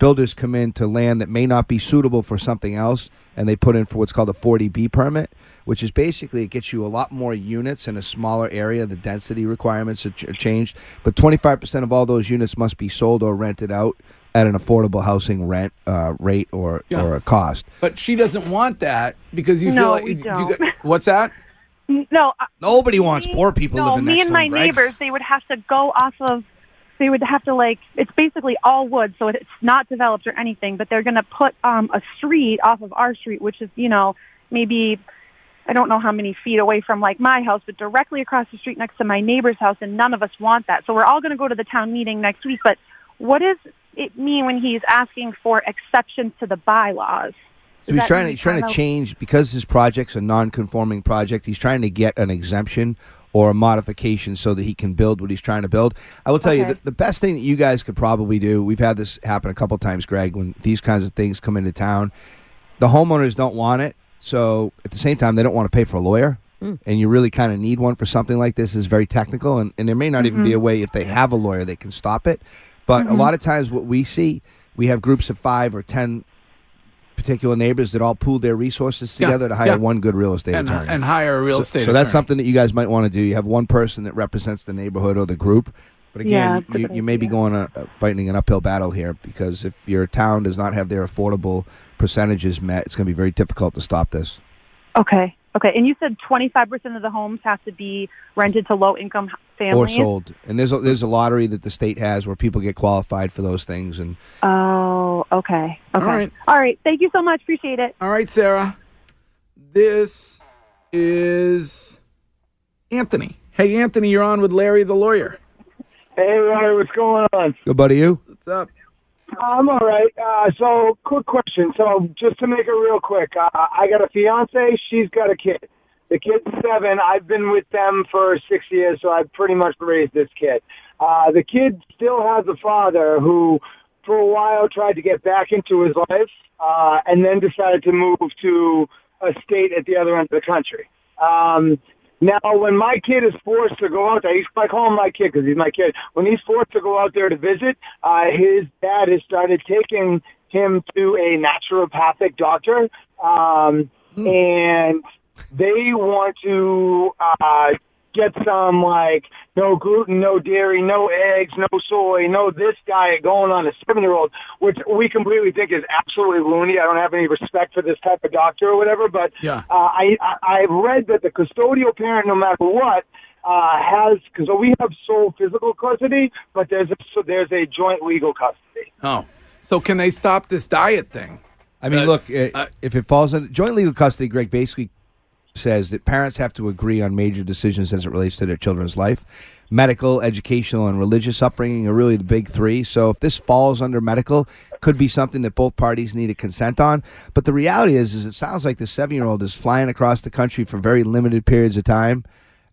Speaker 3: Builders come in to land that may not be suitable for something else, and they put in for what's called a 40B permit, which is basically it gets you a lot more units in a smaller area. The density requirements are, ch- are changed, but 25% of all those units must be sold or rented out at an affordable housing rent uh, rate or,
Speaker 6: Yeah.
Speaker 3: or a cost.
Speaker 6: But she doesn't want that because you feel
Speaker 13: No,
Speaker 6: like
Speaker 13: we
Speaker 6: you- you
Speaker 13: don't.
Speaker 6: got- what's that?
Speaker 13: No, I-
Speaker 3: Nobody wants
Speaker 13: me-
Speaker 3: poor people
Speaker 13: no,
Speaker 3: living
Speaker 13: me
Speaker 3: next
Speaker 13: and
Speaker 3: to
Speaker 13: my
Speaker 3: them, Greg.
Speaker 13: neighbors, they would have to go off of. They would have to like it's basically all wood, so it's not developed or anything. But they're going to put um, a street off of our street, which is you know maybe I don't know how many feet away from like my house, but directly across the street next to my neighbor's house, and none of us want that. So we're all going to go to the town meeting next week. But what does it mean when he's asking for exceptions to the bylaws?
Speaker 3: So he's trying to he's trying to change because his project's a non-conforming project. He's trying to get an exemption or a modification so that he can build what he's trying to build. I will tell you
Speaker 13: Okay.
Speaker 3: that the best thing that you guys could probably do. We've had this happen a couple times, Greg. When these kinds of things come into town, the homeowners don't want it. So at the same time, they don't want to pay for a lawyer. And you really kind of need one for something like this. is very technical, and, and there may not even
Speaker 6: Mm-hmm.
Speaker 3: be a way if they have a lawyer they can stop it. But a lot of times, what we see, we have groups of five or ten particular neighbors that all pool their resources
Speaker 6: Yeah,
Speaker 3: together to hire
Speaker 6: yeah.
Speaker 3: one good real estate
Speaker 6: And, uh,
Speaker 3: attorney.
Speaker 6: and hire a real
Speaker 3: so,
Speaker 6: estate.
Speaker 3: so that's
Speaker 6: attorney.
Speaker 3: something that you guys might want to do. You have one person that represents the neighborhood or the group. But
Speaker 13: Yeah,
Speaker 3: again,
Speaker 13: that's a
Speaker 3: you,
Speaker 13: good
Speaker 3: you may be
Speaker 13: idea.
Speaker 3: going a, a- fighting an uphill battle here because if your town does not have their affordable percentages met, it's going to be very difficult to stop this.
Speaker 13: Okay. Okay. And you said 25% of the homes have to be rented to low income
Speaker 3: Or
Speaker 13: families?
Speaker 3: sold, and there's a, there's a lottery that the state has where people get qualified for those things, and
Speaker 13: Oh, okay. Okay.
Speaker 6: All right.
Speaker 13: All right. Thank you so much. Appreciate it.
Speaker 6: All right, Sarah. This is Anthony. Hey, Anthony, you're on with Larry the lawyer.
Speaker 9: Hey, Larry, what's going on?
Speaker 3: good buddy, you.
Speaker 6: What's up?
Speaker 9: I'm all right. Uh, so, quick question. So, just to make it real quick, uh, I got a fiance. She's got a kid. The kid's seven. I've been with them for six years, so I've pretty much raised this kid. Uh, the kid still has a father who, for a while, tried to get back into his life, uh, and then decided to move to a state at the other end of the country. Um,
Speaker 14: Now, when my kid is forced to go out there, he's, I call him my kid because he's my kid. When he's forced to go out there to visit, uh, his dad has started taking him to a naturopathic doctor, um, and they want to uh, get some like no gluten, no dairy, no eggs, no soy, no this diet going on a seven-year-old, which we completely think is absolutely loony. I don't have any respect for this type of doctor or whatever, but
Speaker 6: Yeah.
Speaker 14: uh, I, I I've read that the custodial parent, no matter what, uh, has because we have sole physical custody, but there's a, so there's a joint legal custody.
Speaker 6: Oh, so can they stop this diet thing?
Speaker 3: I mean, look, i if it falls under joint legal custody, Greg basically says that parents have to agree on major decisions as it relates to their children's life. Medical, educational, and religious upbringing are really the big three. So if this falls under medical, could be something that both parties need to consent on. But the reality is, is it sounds like the seven-year-old is flying across the country for very limited periods of time.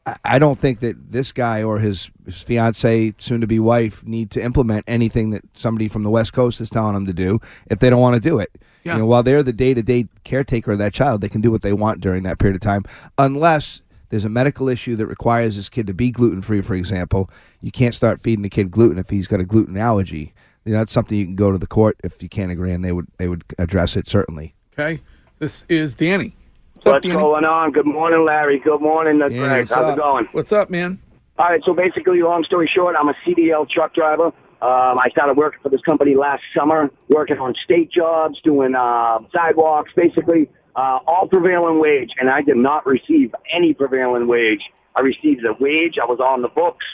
Speaker 3: I- I don't think that this guy or his, his fiance, soon to be wife, need to implement anything that somebody from the West Coast is telling them to do if they don't want to do it.
Speaker 6: Yeah.
Speaker 3: You know, while they're the day to day caretaker of that child, they can do what they want during that period of time, unless there's a medical issue that requires this kid to be gluten free. For example, you can't start feeding the kid gluten if he's got a gluten allergy. You know, that's something you can go to the court if you can't agree, and they would they would address it certainly.
Speaker 6: Okay, this is Danny.
Speaker 15: What's going on? Good morning, Larry. Good morning, uh, Greg.
Speaker 6: what's
Speaker 15: How's
Speaker 6: up?
Speaker 15: it going?
Speaker 6: What's up, man?
Speaker 15: All right. So basically, long story short, I'm a CDL truck driver. Um, I started working for this company last summer, working on state jobs, doing uh, sidewalks, basically uh, all prevailing wage. And I did not receive any prevailing wage. I received a wage. I was on the books.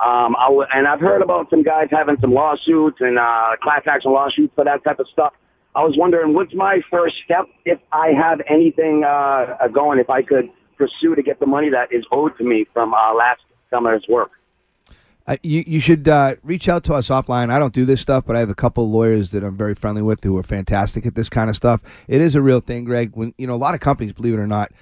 Speaker 15: Um, I w- and I've heard about some guys having some lawsuits and uh, class action lawsuits for that type of stuff. I was wondering what's my first step if I have anything uh, uh, going, if I could pursue to get the money that is owed to me from uh, last summer's work.
Speaker 3: Uh, you, you should uh, reach out to us offline. I don't do this stuff, but I have a couple lawyers that I'm very friendly with who are fantastic at this kind of stuff. It is a real thing, Greg. When you know a lot of companies, believe it or not,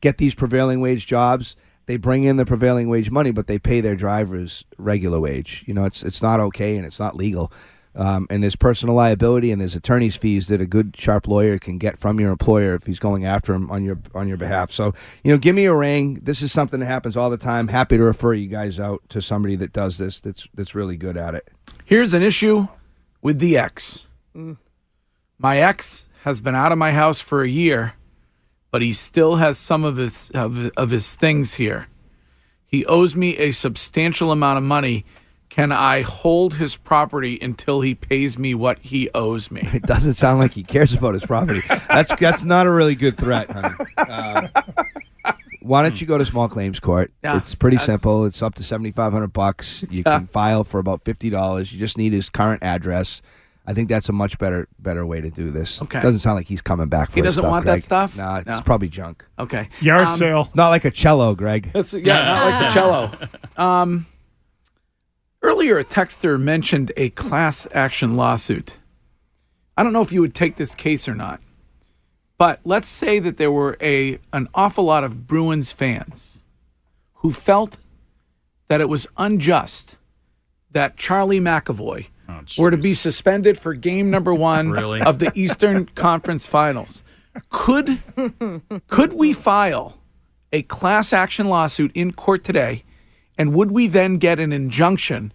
Speaker 3: get these prevailing wage jobs. They bring in the prevailing wage money, but they pay their drivers regular wage. You know, it's it's not okay and it's not legal. Um, and there's personal liability and there's attorney's fees that a good sharp lawyer can get from your employer if he's going after him on your on your behalf. So you know, give me a ring. This is something that happens all the time. Happy to refer you guys out to somebody that does this. That's that's really good at it.
Speaker 6: Here's an issue with the ex.
Speaker 16: Mm.
Speaker 6: My ex has been out of my house for a year, but he still has some of his of, of his things here. He owes me a substantial amount of money. Can I hold his property until he pays me what he owes me?
Speaker 3: It doesn't sound like he cares about his property. That's that's not a really good threat, honey. Um, why don't you go to small claims court?
Speaker 6: Hmm. Yeah,
Speaker 3: it's pretty
Speaker 6: that's-
Speaker 3: simple. It's up to seventy five hundred bucks. You
Speaker 6: Yeah.
Speaker 3: can file for about fifty dollars. You just need his current address. I think that's a much better better way to do this.
Speaker 6: Okay.
Speaker 3: doesn't sound like he's coming back. for
Speaker 6: He
Speaker 3: his
Speaker 6: doesn't
Speaker 3: stuff,
Speaker 6: want
Speaker 3: Greg.
Speaker 6: that stuff.
Speaker 3: Nah, it's probably junk.
Speaker 6: Okay. Um,
Speaker 3: Not like a cello, Greg.
Speaker 6: That's yeah, not like the cello. Um, earlier, a texter mentioned a class action lawsuit. I don't know if you would take this case or not, but let's say that there were a an awful lot of Bruins fans who felt that it was unjust that Charlie McAvoy were to be suspended for game number one
Speaker 11: Really?
Speaker 6: of the Eastern Conference Finals. Could could we file a class action lawsuit in court today, and would we then get an injunction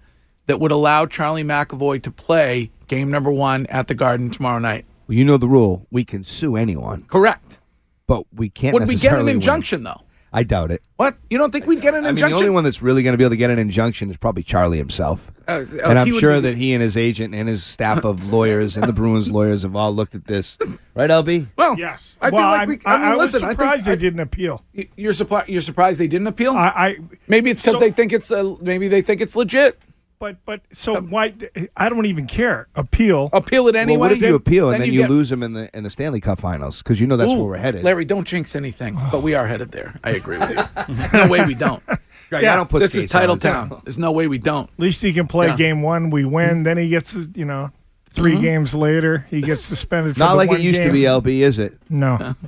Speaker 6: that would allow Charlie McAvoy to play game number one at the Garden tomorrow night?
Speaker 3: Well, you know the rule. We can sue anyone,
Speaker 6: Correct.
Speaker 3: but we can't.
Speaker 6: would we get an
Speaker 3: necessarily win.
Speaker 6: injunction though?
Speaker 3: I doubt it.
Speaker 6: What? You don't think we'd get an
Speaker 3: I mean, the
Speaker 6: injunction?
Speaker 3: only one that's really going to be able to get an injunction is probably Charlie himself.
Speaker 6: Oh, oh,
Speaker 3: and I'm
Speaker 6: he would
Speaker 3: sure
Speaker 6: be-
Speaker 3: that he and his agent and his staff of lawyers and the Bruins lawyers have all looked at this, right, LB?
Speaker 6: Well,
Speaker 12: yes.
Speaker 6: I feel
Speaker 12: well,
Speaker 6: like
Speaker 12: I'm-
Speaker 6: we- I mean,
Speaker 12: was
Speaker 6: listen, I think
Speaker 12: surprised
Speaker 6: I-
Speaker 12: they didn't appeal.
Speaker 6: Y- You're surprised. You're surprised they didn't appeal.
Speaker 12: I, I
Speaker 6: maybe it's because they think it's uh, maybe they think it's legit. Um,
Speaker 12: But but so why? I don't even care. Appeal.
Speaker 6: Appeal it
Speaker 3: Well, what if you appeal and then, you,
Speaker 6: get-
Speaker 3: lose him in the in the Stanley Cup Finals because you know that's
Speaker 6: Ooh,
Speaker 3: where we're headed?
Speaker 6: Larry, don't jinx anything, but we are headed there. I agree with you. There's no way we don't.
Speaker 3: Greg, I don't put
Speaker 6: this is
Speaker 3: skates on,
Speaker 6: title
Speaker 3: so-
Speaker 6: town. There's no way we don't.
Speaker 12: At least he can play
Speaker 6: Yeah. Mm-hmm.
Speaker 12: game one. We win. Then he gets his- you know 3
Speaker 6: Mhm.
Speaker 12: games later he gets suspended. For
Speaker 3: Not
Speaker 12: the
Speaker 3: like it
Speaker 12: one
Speaker 3: used to
Speaker 12: game.
Speaker 3: be, LB, is it?
Speaker 12: No.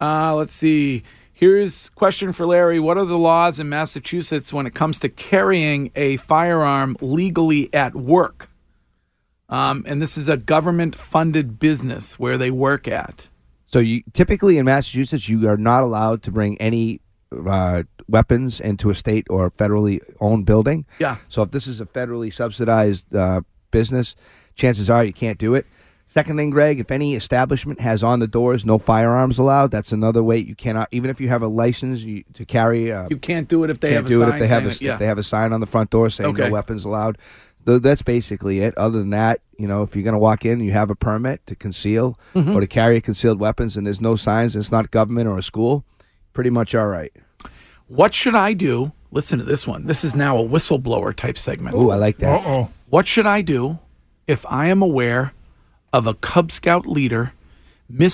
Speaker 6: Uh, let's see. Here's question for Larry. What are the laws in Massachusetts when it comes to carrying a firearm legally at work? Um, and this is a government-funded business where they work at.
Speaker 3: So you typically in Massachusetts, you are not allowed to bring any uh, weapons into a state or federally owned building.
Speaker 6: Yeah.
Speaker 3: So if this is a federally subsidized uh, business, chances are you can't do it. Second thing, Greg, if any establishment has on the doors no firearms allowed, that's another way you cannot. Even if you have a license you, to carry, uh,
Speaker 6: You can't do it if they
Speaker 3: can't
Speaker 6: have
Speaker 3: do
Speaker 6: a
Speaker 3: it
Speaker 6: sign
Speaker 3: if they have a,
Speaker 6: saying it, yeah.
Speaker 3: if they have a sign on the front door saying
Speaker 6: Okay.
Speaker 3: no weapons allowed. Th- that's basically it. Other than that, you know, if you're going to walk in, you have a permit to conceal
Speaker 6: Mhm.
Speaker 3: or to carry concealed weapons, and there's no signs, it's not government or a school. Pretty much all right.
Speaker 6: What should I do? Listen to this one. This is now a whistleblower type segment.
Speaker 3: Ooh, I like that.
Speaker 12: Uh-oh.
Speaker 6: What should I do if I am aware of a Cub Scout leader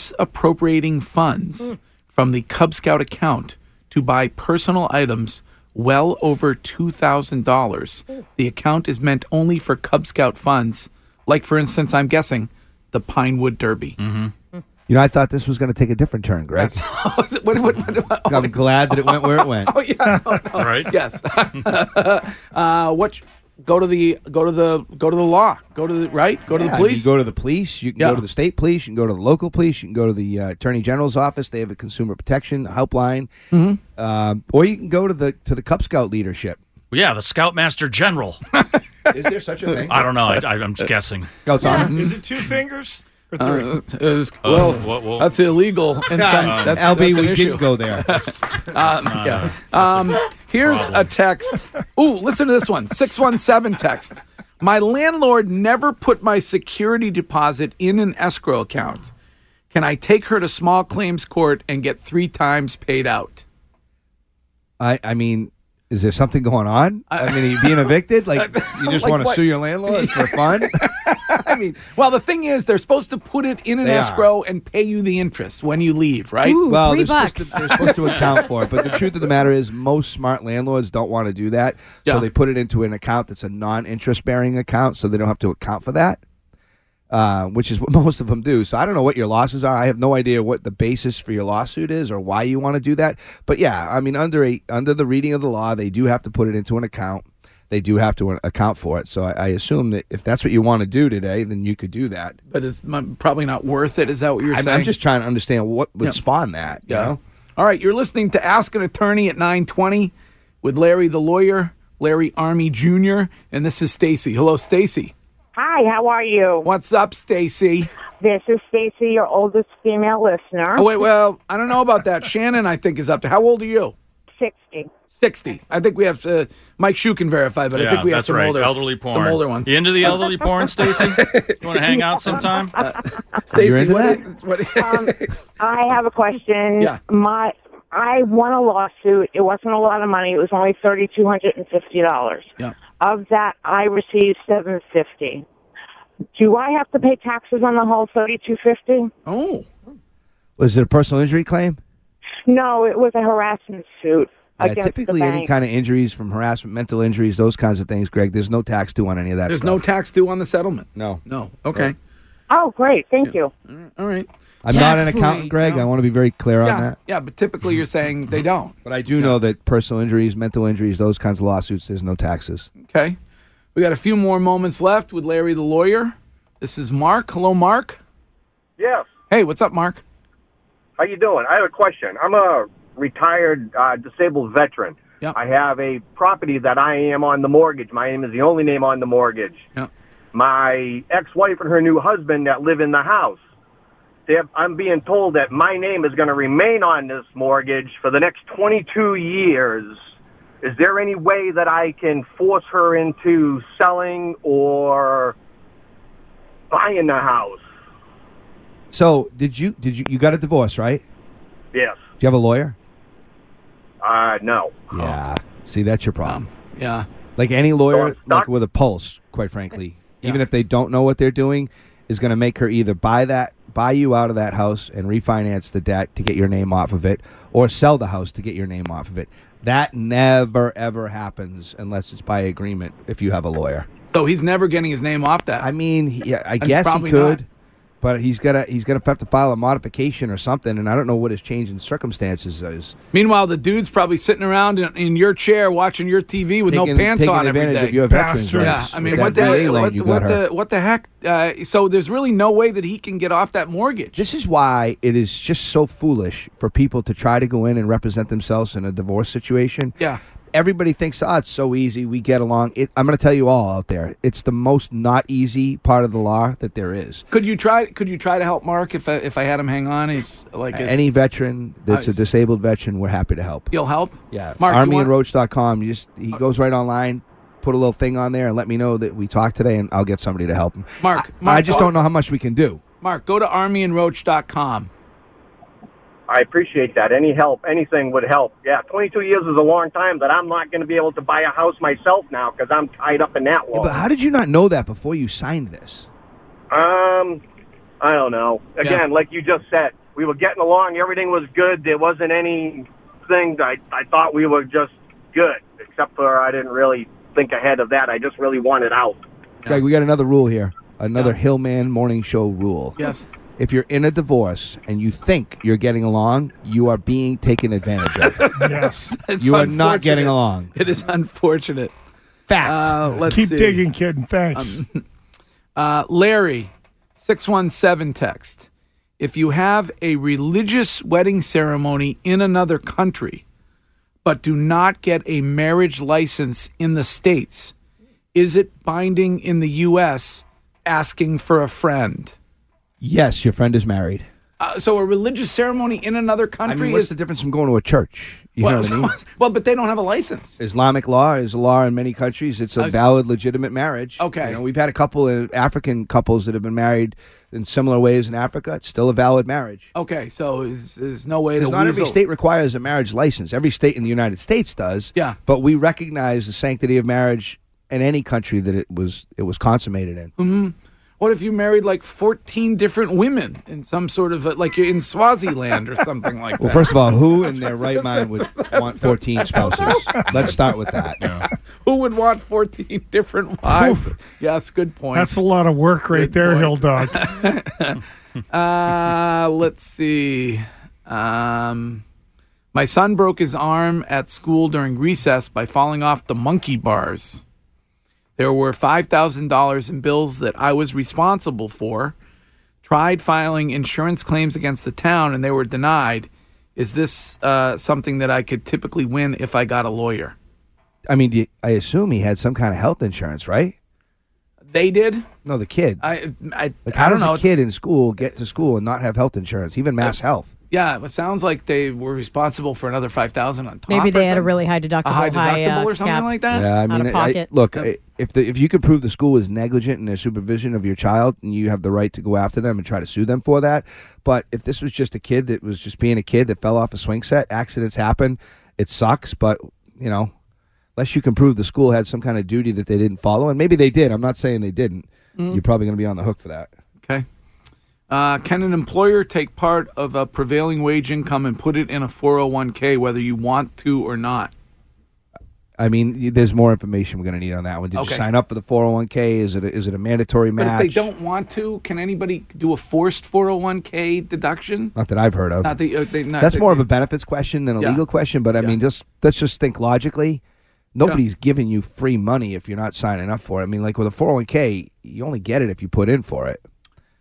Speaker 6: misappropriating funds from the Cub Scout account to buy personal items well over $2,000? The account is meant only for Cub Scout funds, like, for instance, I'm guessing the Pinewood Derby.
Speaker 3: You know, I thought this was going to take a different turn, Greg. I'm glad that it went where it went.
Speaker 6: Oh yeah, no, no.
Speaker 11: right?
Speaker 6: Yes. uh, what? Go to the go to the go to the law. Go to the right. Go to
Speaker 3: Yeah,
Speaker 6: the police.
Speaker 3: You go to the police. You can
Speaker 6: Yeah.
Speaker 3: go to the state police. You can go to the local police. You can go to the uh, attorney general's office. They have a consumer protection helpline,
Speaker 6: Mhm.
Speaker 3: Um, or you can go to the to the Cub Scout leadership.
Speaker 11: Yeah, the Scoutmaster General.
Speaker 3: Is there such a thing?
Speaker 11: I don't know. I, I, I'm just guessing.
Speaker 3: Scouts on.
Speaker 12: Is it two fingers? Or
Speaker 6: Uh,
Speaker 12: three?
Speaker 6: it was-
Speaker 11: Oh,
Speaker 6: well,
Speaker 11: whoa, whoa.
Speaker 6: that's illegal. And some,
Speaker 11: Um,
Speaker 6: that's,
Speaker 3: LB,
Speaker 6: that's an
Speaker 3: we didn't
Speaker 6: issue.
Speaker 3: go there.
Speaker 6: Um,
Speaker 11: not a-
Speaker 6: yeah. Um, here's a text. Ooh, listen to this one. Six one seven text. My landlord never put my security deposit in an escrow account. Can I take her to small claims court and get three times paid out?
Speaker 3: I I mean, is there something going on? I mean, are you being evicted? Like you just
Speaker 6: Like
Speaker 3: want to
Speaker 6: what?
Speaker 3: sue your landlord Oh, for fun?
Speaker 6: I mean, well, the thing is, they're supposed to put it in an
Speaker 3: They are.
Speaker 6: escrow and pay you the interest when you leave, right?
Speaker 3: well, they're supposed, to, they're supposed to account for it, but the truth of the matter is, most smart landlords don't want to do that,
Speaker 6: Yeah.
Speaker 3: so they put it into an account that's a non-interest bearing account, so they don't have to account for that, uh, which is what most of them do. So I don't know what your losses are. I have no idea what the basis for your lawsuit is or why you want to do that. But yeah, I mean, under a under the reading of the law, they do have to put it into an account. They do have to uh, account for it. So I, I assume that if that's what you want to do today, then you could do that.
Speaker 6: But it's m- probably not worth it. Is that what you're
Speaker 3: I'm,
Speaker 6: saying?
Speaker 3: I'm just trying to understand what would
Speaker 6: Yeah.
Speaker 3: spawn that. You
Speaker 6: Yeah.
Speaker 3: know?
Speaker 6: All right, you're listening to Ask an Attorney at 920 with Larry the Lawyer, Larry Army Jr., and this is Stacy. Hello, Stacy.
Speaker 17: Hi, how are you?
Speaker 6: What's up, Stacy?
Speaker 17: This is Stacy, your oldest female listener.
Speaker 6: Oh, wait, well, I don't know about that. Shannon, I think, is up to. How old are you?
Speaker 17: 60.
Speaker 6: 60. I think we have, uh, Mike Shue can verify, but I
Speaker 11: Yeah,
Speaker 6: think we have
Speaker 11: that's
Speaker 6: some
Speaker 11: right.
Speaker 6: older
Speaker 11: elderly porn.
Speaker 6: Some older ones.
Speaker 11: You into the elderly porn, Stacy? You want to hang out sometime?
Speaker 6: Uh, Stacy,
Speaker 11: into
Speaker 6: what
Speaker 11: that?
Speaker 6: is- what is-
Speaker 17: I have a question.
Speaker 6: Yeah.
Speaker 17: My, I won a lawsuit. It wasn't a lot of money. It was only $3,250.
Speaker 6: Yeah.
Speaker 17: Of that, I received 750 Do I have to pay taxes on the whole 3250
Speaker 6: Oh.
Speaker 3: Was it a personal injury claim?
Speaker 17: No, it was a harassment suit
Speaker 6: Uh,
Speaker 3: Yeah,
Speaker 17: against
Speaker 3: typically
Speaker 17: the
Speaker 3: any
Speaker 17: bank.
Speaker 3: kind of injuries from harassment, mental injuries, those kinds of things, Greg. There's no tax due on any of that.
Speaker 6: There's
Speaker 3: stuff.
Speaker 6: no tax due on the settlement.
Speaker 3: no,
Speaker 6: No. Okay.
Speaker 17: oh, great. Thank you.
Speaker 6: All right.
Speaker 3: I'm not an
Speaker 6: Tax-free,
Speaker 3: accountant, Greg.
Speaker 6: no.
Speaker 3: I want to be very clear on
Speaker 6: Yeah,
Speaker 3: that. Mm-hmm.
Speaker 6: yeah, but typically you're saying they don't.
Speaker 3: But I do know that personal injuries, mental injuries, those kinds of lawsuits, there's no taxes.
Speaker 6: Okay. We got a few more moments left with Larry the lawyer. This is Mark. Hello, Mark.
Speaker 16: Yes.
Speaker 6: Hey, what's up, Mark?
Speaker 16: How you doing? I have a question. I'm a retired uh, disabled veteran. I have a property that I am on the mortgage. My name is the only name on the mortgage.
Speaker 6: Yeah.
Speaker 16: My ex-wife and her new husband that live in the house. They have, I'm being told that my name is going to remain on this mortgage for the next 22 years. Is there any way that I can force her into selling or buying the house?
Speaker 3: So did you did you you got a divorce, right?
Speaker 16: Yes.
Speaker 3: Do you have a lawyer?
Speaker 16: Uh, no.
Speaker 3: Yeah. See, that's your problem.
Speaker 6: yeah.
Speaker 3: Like any lawyer, like with a pulse, quite frankly, even if they don't know what they're doing, is going to make her either buy that, buy you out of that house and refinance the debt to get your name off of it, or sell the house to get your name off of it. That never ever happens unless it's by agreement. If you have a lawyer,
Speaker 6: So he's never getting his name off that. I
Speaker 3: mean, yeah, I guess he could. But he's gonna he's gonna have to file a modification or something, and I don't know what his change in circumstances is.
Speaker 6: Meanwhile, the dude's probably sitting around in, in your chair watching your TV with
Speaker 3: Taking-
Speaker 6: no pants
Speaker 3: taking
Speaker 6: on every
Speaker 3: advantage
Speaker 6: day.
Speaker 3: of your veterans' Bastards.
Speaker 6: yeah,
Speaker 3: rights
Speaker 6: I mean,
Speaker 3: with
Speaker 6: what the,
Speaker 3: that VA loan
Speaker 6: what,
Speaker 3: you
Speaker 6: what
Speaker 3: got her.
Speaker 6: the what the heck? Uh, so there's really no way that he can get off that mortgage.
Speaker 3: This is why it is just so foolish for people to try to go in and represent themselves in a divorce situation.
Speaker 6: Yeah.
Speaker 3: Everybody thinks, oh, it's so easy. We get along. It, I'm going to tell you all out there, it's the most not easy part of the law that there is.
Speaker 6: Could you try? Could you try to help Mark if I, if I had him hang on? He's like his,
Speaker 3: Uh, Any veteran that's a
Speaker 6: Nice.
Speaker 3: disabled veteran, we're happy to help.
Speaker 6: You'll help.
Speaker 3: Yeah,
Speaker 6: Mark. you Uh, want-
Speaker 3: ArmyandRoach.com. You just he goes right online, put a little thing on there, and let me know that we talked today, and I'll get somebody to help him.
Speaker 6: Mark,
Speaker 3: I,
Speaker 6: Mark, uh, oh,
Speaker 3: just
Speaker 6: go-
Speaker 3: don't know how much we can do.
Speaker 6: Mark, go to armyandroach.com.
Speaker 16: I appreciate that. Any help, anything would help. Yeah, 22 years is a long time that I'm not going to be able to buy a house myself now because I'm tied up in that law.
Speaker 3: But how did you not know that before you signed this?
Speaker 16: Um, I don't know. Again, like you just said, we were getting along. Everything was good. There wasn't anything that I, I thought we were just good, except for I didn't really think ahead of that. I just really wanted out.
Speaker 3: Greg, we got another rule here. Another Hillman Morning Show rule.
Speaker 6: Yes.
Speaker 3: If you're in a divorce and you think you're getting along, you are being taken advantage of.
Speaker 6: Yes,
Speaker 3: You are not getting along.
Speaker 6: It is unfortunate. Fact. Uh, let's
Speaker 12: Keep
Speaker 6: see.
Speaker 12: digging, kid. Thanks.
Speaker 6: Um, uh, Larry, 617 text. If you have a religious wedding ceremony in another country, but do not get a marriage license in the States, is it binding in the U.S. asking for a friend?
Speaker 3: Yes, your friend is married.
Speaker 6: Uh, so, a religious ceremony in another
Speaker 3: I
Speaker 6: country
Speaker 3: mean, what's
Speaker 6: is.
Speaker 3: the difference from going to a church? You know what I mean?
Speaker 6: well, but they don't have a license.
Speaker 3: Islamic law is a law in many countries. It's
Speaker 6: I
Speaker 3: a
Speaker 6: was-
Speaker 3: valid, legitimate marriage.
Speaker 6: Okay.
Speaker 3: You know, we've had a couple of African couples that have been married in similar ways in Africa. It's still a valid marriage.
Speaker 6: Okay, so is- there's no way to
Speaker 3: Because not
Speaker 6: weasel.
Speaker 3: every state requires a marriage license. Every state in the United States does.
Speaker 6: Yeah.
Speaker 3: But we recognize the sanctity of marriage in any country that it was it was consummated in.
Speaker 6: Mhm. What if you married like 14 different women in some sort of like you're in Swaziland or something like that?
Speaker 3: Well, first of all, who in their right mind would want 14 spouses? Let's start with that.
Speaker 6: Who would want 14 different wives? yes, good point.
Speaker 12: That's a lot of work right there, Hill Dog.
Speaker 6: uh, let's see. Um, my son broke his arm at school during recess by falling off the monkey bars. There were $5,000 in bills that I was responsible for. Tried filing insurance claims against the town and they were denied. Is this uh, something that I could typically win if I got a lawyer?
Speaker 3: I mean, do you- I assume he had some kind of health insurance, right?
Speaker 6: They did.
Speaker 3: No, the kid.
Speaker 6: I, I,
Speaker 3: Like,
Speaker 6: I
Speaker 3: how
Speaker 6: don't
Speaker 3: does
Speaker 6: know.
Speaker 3: a
Speaker 6: It's-
Speaker 3: kid in school get to school and not have health insurance, even mass health?
Speaker 6: Yeah, it sounds like they were responsible for another five thousand on top.
Speaker 10: Maybe
Speaker 6: or
Speaker 10: they had a
Speaker 6: something.
Speaker 10: really high deductible,
Speaker 6: a high
Speaker 10: uh,
Speaker 6: deductible or something
Speaker 10: cap.
Speaker 6: like that.
Speaker 3: Yeah, I
Speaker 10: Out of
Speaker 3: mean, I- I-
Speaker 10: pocket.
Speaker 3: look, I, if the, if you can prove the school is negligent in their supervision of your child, and you have the right to go after them and try to sue them for that, but if this was just a kid that was just being a kid that fell off a swing set, accidents happen. It sucks, but you know, unless you can prove the school had some kind of duty that they didn't follow, and maybe they did. I'm not saying they didn't.
Speaker 6: Mm.
Speaker 3: You're probably going to be on the hook for that.
Speaker 6: Okay. Uh, can an employer take part of a prevailing wage income and put it in a four hundred one k, whether you want to or not?
Speaker 3: I mean, you- there's more information we're going to need on that one. Did
Speaker 6: Okay.
Speaker 3: you sign up for the 401k? Is it a, is it a mandatory match?
Speaker 6: But if they don't want to, can anybody do a forced four hundred one k deduction?
Speaker 3: Not that I've heard of.
Speaker 6: Not that uh, they, not
Speaker 3: That's
Speaker 6: that-
Speaker 3: more of a benefits question than a
Speaker 6: Yeah.
Speaker 3: legal question. But I mean, just let's just think logically. Nobody's giving you free money if you're not signing up for it. I mean, like with a 401k, you only get it if you put in for it.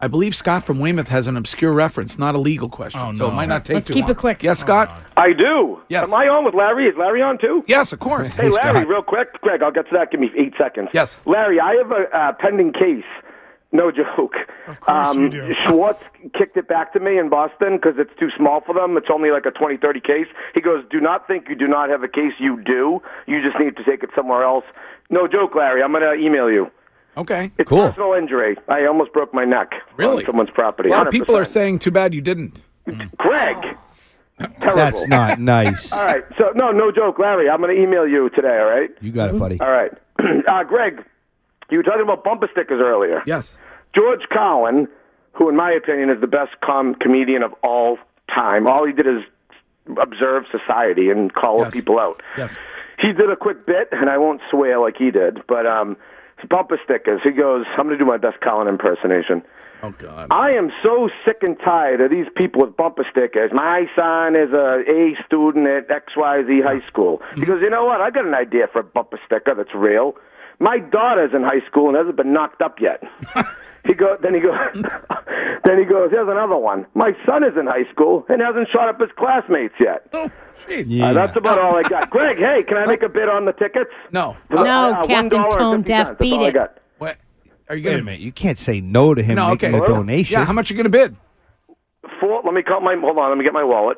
Speaker 6: I believe Scott from Weymouth has an obscure reference, not a legal question,
Speaker 18: Oh,
Speaker 6: so it might not take too long.
Speaker 10: quick.
Speaker 6: Yes, Scott.
Speaker 18: I do.
Speaker 6: Yes.
Speaker 18: Am I on with Larry? Is Larry on too?
Speaker 6: Yes, of course.
Speaker 18: Hey,
Speaker 6: Hey,
Speaker 18: Larry,
Speaker 6: Scott.
Speaker 18: real quick, Greg. I'll get to that. Give me eight seconds.
Speaker 6: Yes.
Speaker 18: Larry, I have a uh, pending case. No joke. Of course um, you do. Schwartz kicked it back to me in Boston because it's too small for them. It's only like a twenty thirty case. He goes, "Do not think you do not have a case. You do. You just need to take it somewhere else." No joke, Larry. I'm going to email you.
Speaker 6: Okay.
Speaker 18: It's personal injury. I almost broke my neck
Speaker 6: Really?
Speaker 18: on someone's property.
Speaker 6: A lot of
Speaker 18: 100%.
Speaker 6: people are saying, "Too bad you didn't."
Speaker 18: Greg. Terrible. Uh,
Speaker 3: That's not nice.
Speaker 18: All right. So no, no joke, Larry. I'm going to email you today. All right.
Speaker 3: You got it, buddy.
Speaker 18: All right. uh, Greg, you were talking about bumper stickers earlier.
Speaker 6: Yes.
Speaker 18: George Collin, who in my opinion is the best com- comedian of all time, all he did is observe society and call people out.
Speaker 6: Yes.
Speaker 18: He did a quick bit, and I won't swear like he did, but um, bumper stickers. He goes, I'm going to do my best Colin impersonation.
Speaker 6: Oh God.
Speaker 18: I am so sick and tired of these people with bumper stickers. My son is a A student at XYZ High School. He goes, you know what? I got an idea for a bumper sticker that's real. My daughter's in high school and hasn't been knocked up yet. he go, then he goes, then he goes. Here's another one. My son is in high school and hasn't shot up his classmates yet.
Speaker 6: Oh, jeez.
Speaker 18: Uh, that's about all I got. Greg, hey, can I make a bid on the uh, tickets?
Speaker 6: No.
Speaker 10: No, Captain Tone Deaf, beat
Speaker 18: all I
Speaker 10: it.
Speaker 18: got.
Speaker 6: What? Are you
Speaker 3: Wait
Speaker 6: gonna
Speaker 3: a minute. You can't say no to him
Speaker 18: No,
Speaker 3: making
Speaker 18: okay.
Speaker 3: a donation.
Speaker 18: Yeah, how
Speaker 6: much are you going to bid?
Speaker 18: Four. Let me call my. Hold on. Let me get my wallet.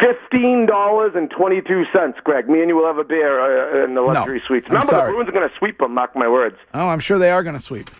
Speaker 18: Fifteen dollars and twenty-two cents, Greg. Me and you will have a beer uh, in the luxury suites.
Speaker 6: I'm
Speaker 18: Remember,
Speaker 6: sorry.
Speaker 18: the Bruins are going to sweep them. Mark my words.
Speaker 6: Oh, I'm sure they are going to sweep.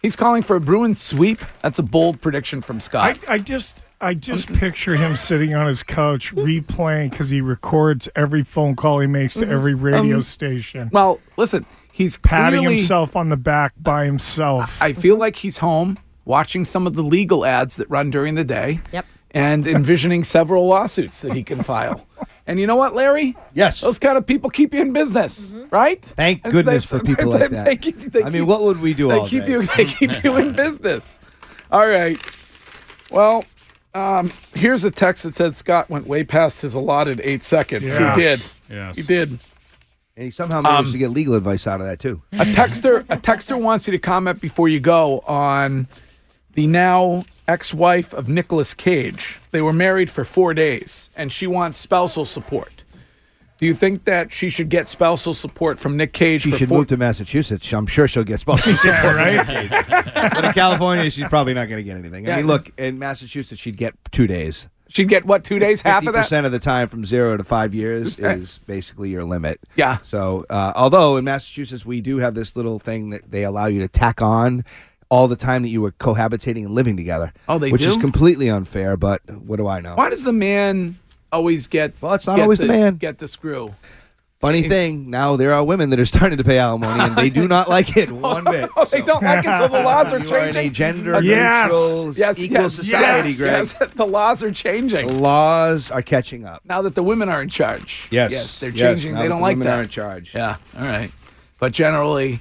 Speaker 6: He's calling for a Bruins sweep. That's a bold prediction from Scott.
Speaker 12: I just I just picture him sitting on his couch replaying because he records every phone call he makes to every radio
Speaker 6: Um,
Speaker 12: station.
Speaker 6: well, listen, he's
Speaker 12: patting
Speaker 6: clearly-
Speaker 12: himself on the back by himself.
Speaker 6: I feel like he's home watching some of the legal ads that run during the day. Yep. And envisioning several lawsuits that he can file. And you know what, Larry? Yes. Those kind of people keep you in business, right?
Speaker 3: Thank
Speaker 6: And
Speaker 3: goodness
Speaker 6: they-
Speaker 3: for people
Speaker 6: they-
Speaker 3: like that.
Speaker 6: they keep- they
Speaker 3: I mean,
Speaker 6: keep-
Speaker 3: what would we do
Speaker 6: They
Speaker 3: all
Speaker 6: keep
Speaker 3: day?
Speaker 6: you. They keep you in business. All right. Well, um, here's a text that said Scott went way past his allotted eight seconds.
Speaker 3: Yes.
Speaker 6: He did.
Speaker 3: Yes.
Speaker 6: He did.
Speaker 3: And he somehow managed
Speaker 6: Um,
Speaker 3: to get legal advice out of that too.
Speaker 6: A texter, a texter wants you to comment before you go on the now ex-wife of Nicolas Cage. They were married for four days, and she wants spousal support. Do you think that she should get spousal support from Nick Cage?
Speaker 3: She
Speaker 6: for
Speaker 3: should
Speaker 6: four-
Speaker 3: move to Massachusetts. I'm sure she'll get sponsored. but in California, she's probably not going to get anything.
Speaker 6: Yeah.
Speaker 3: I mean, look, in Massachusetts, she'd get two days.
Speaker 6: She'd get what? Two days? Half of that?
Speaker 3: percent of the time from zero to five years
Speaker 6: Okay.
Speaker 3: is basically your limit.
Speaker 6: Yeah.
Speaker 3: So, uh, although in Massachusetts we do have this little thing that they allow you to tack on all the time that you were cohabitating and living together.
Speaker 6: Oh, they
Speaker 3: which is
Speaker 6: do?
Speaker 3: completely unfair. But what do I know?
Speaker 6: Why does the man always get? Well, it's
Speaker 3: not always the man.
Speaker 6: Get the screw.
Speaker 3: Funny thing, now there are women that are starting to pay alimony, and they do not like it one bit.
Speaker 6: Oh, they don't like it, so the laws are
Speaker 3: You
Speaker 6: changing.
Speaker 3: are in a gender neutral, equal society,
Speaker 6: yes,
Speaker 3: Greg.
Speaker 6: yes, the laws are changing.
Speaker 3: The laws are catching up.
Speaker 6: now that the women are in charge.
Speaker 3: Yes.
Speaker 6: yes, they're
Speaker 3: Yes,
Speaker 6: changing.
Speaker 3: now
Speaker 6: they
Speaker 3: that
Speaker 6: don't
Speaker 3: the
Speaker 6: like
Speaker 3: women
Speaker 6: that.
Speaker 3: are in charge.
Speaker 6: Yeah, all right. But generally,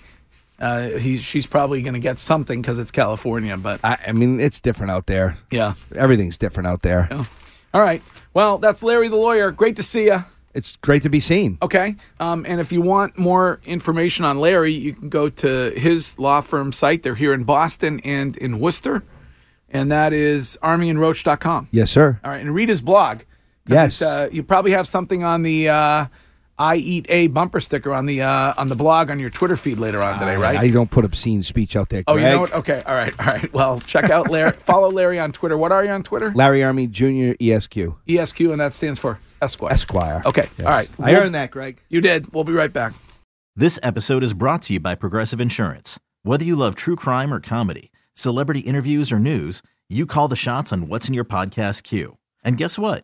Speaker 6: uh, he's she's probably going to get something because it's California. But
Speaker 3: I, I mean, it's different out there.
Speaker 6: Yeah.
Speaker 3: Everything's different out there.
Speaker 6: Oh. all right. Well, that's Larry the lawyer. Great to see you.
Speaker 3: It's great to be seen.
Speaker 6: Okay. Um, and if you want more information on Larry, you can go to his law firm site. They're here in Boston and in Worcester, and that is armyandroach.com.
Speaker 3: Yes, sir.
Speaker 6: All right, and read his blog. 'cause
Speaker 3: Yes.
Speaker 6: it, uh, you probably have something on the uh, "I eat a" bumper sticker on the uh, on the blog on your Twitter feed later on today, right?
Speaker 3: Ah, I don't put obscene speech out there.
Speaker 6: oh, you
Speaker 3: Greg.
Speaker 6: know what? Okay, all right, all right. Well, check out Larry. follow Larry on Twitter. What are you on Twitter?
Speaker 3: Larry Army E Jr. ESQ.
Speaker 6: ESQ, E and that stands for Esquire.
Speaker 3: Esquire.
Speaker 6: Okay,
Speaker 3: Yes.
Speaker 6: all right.
Speaker 3: I earned that, Greg.
Speaker 6: You did. We'll be right back.
Speaker 1: This episode is brought to you by Progressive Insurance. Whether you love true crime or comedy, celebrity interviews or news, you call the shots on what's in your podcast queue. And guess what?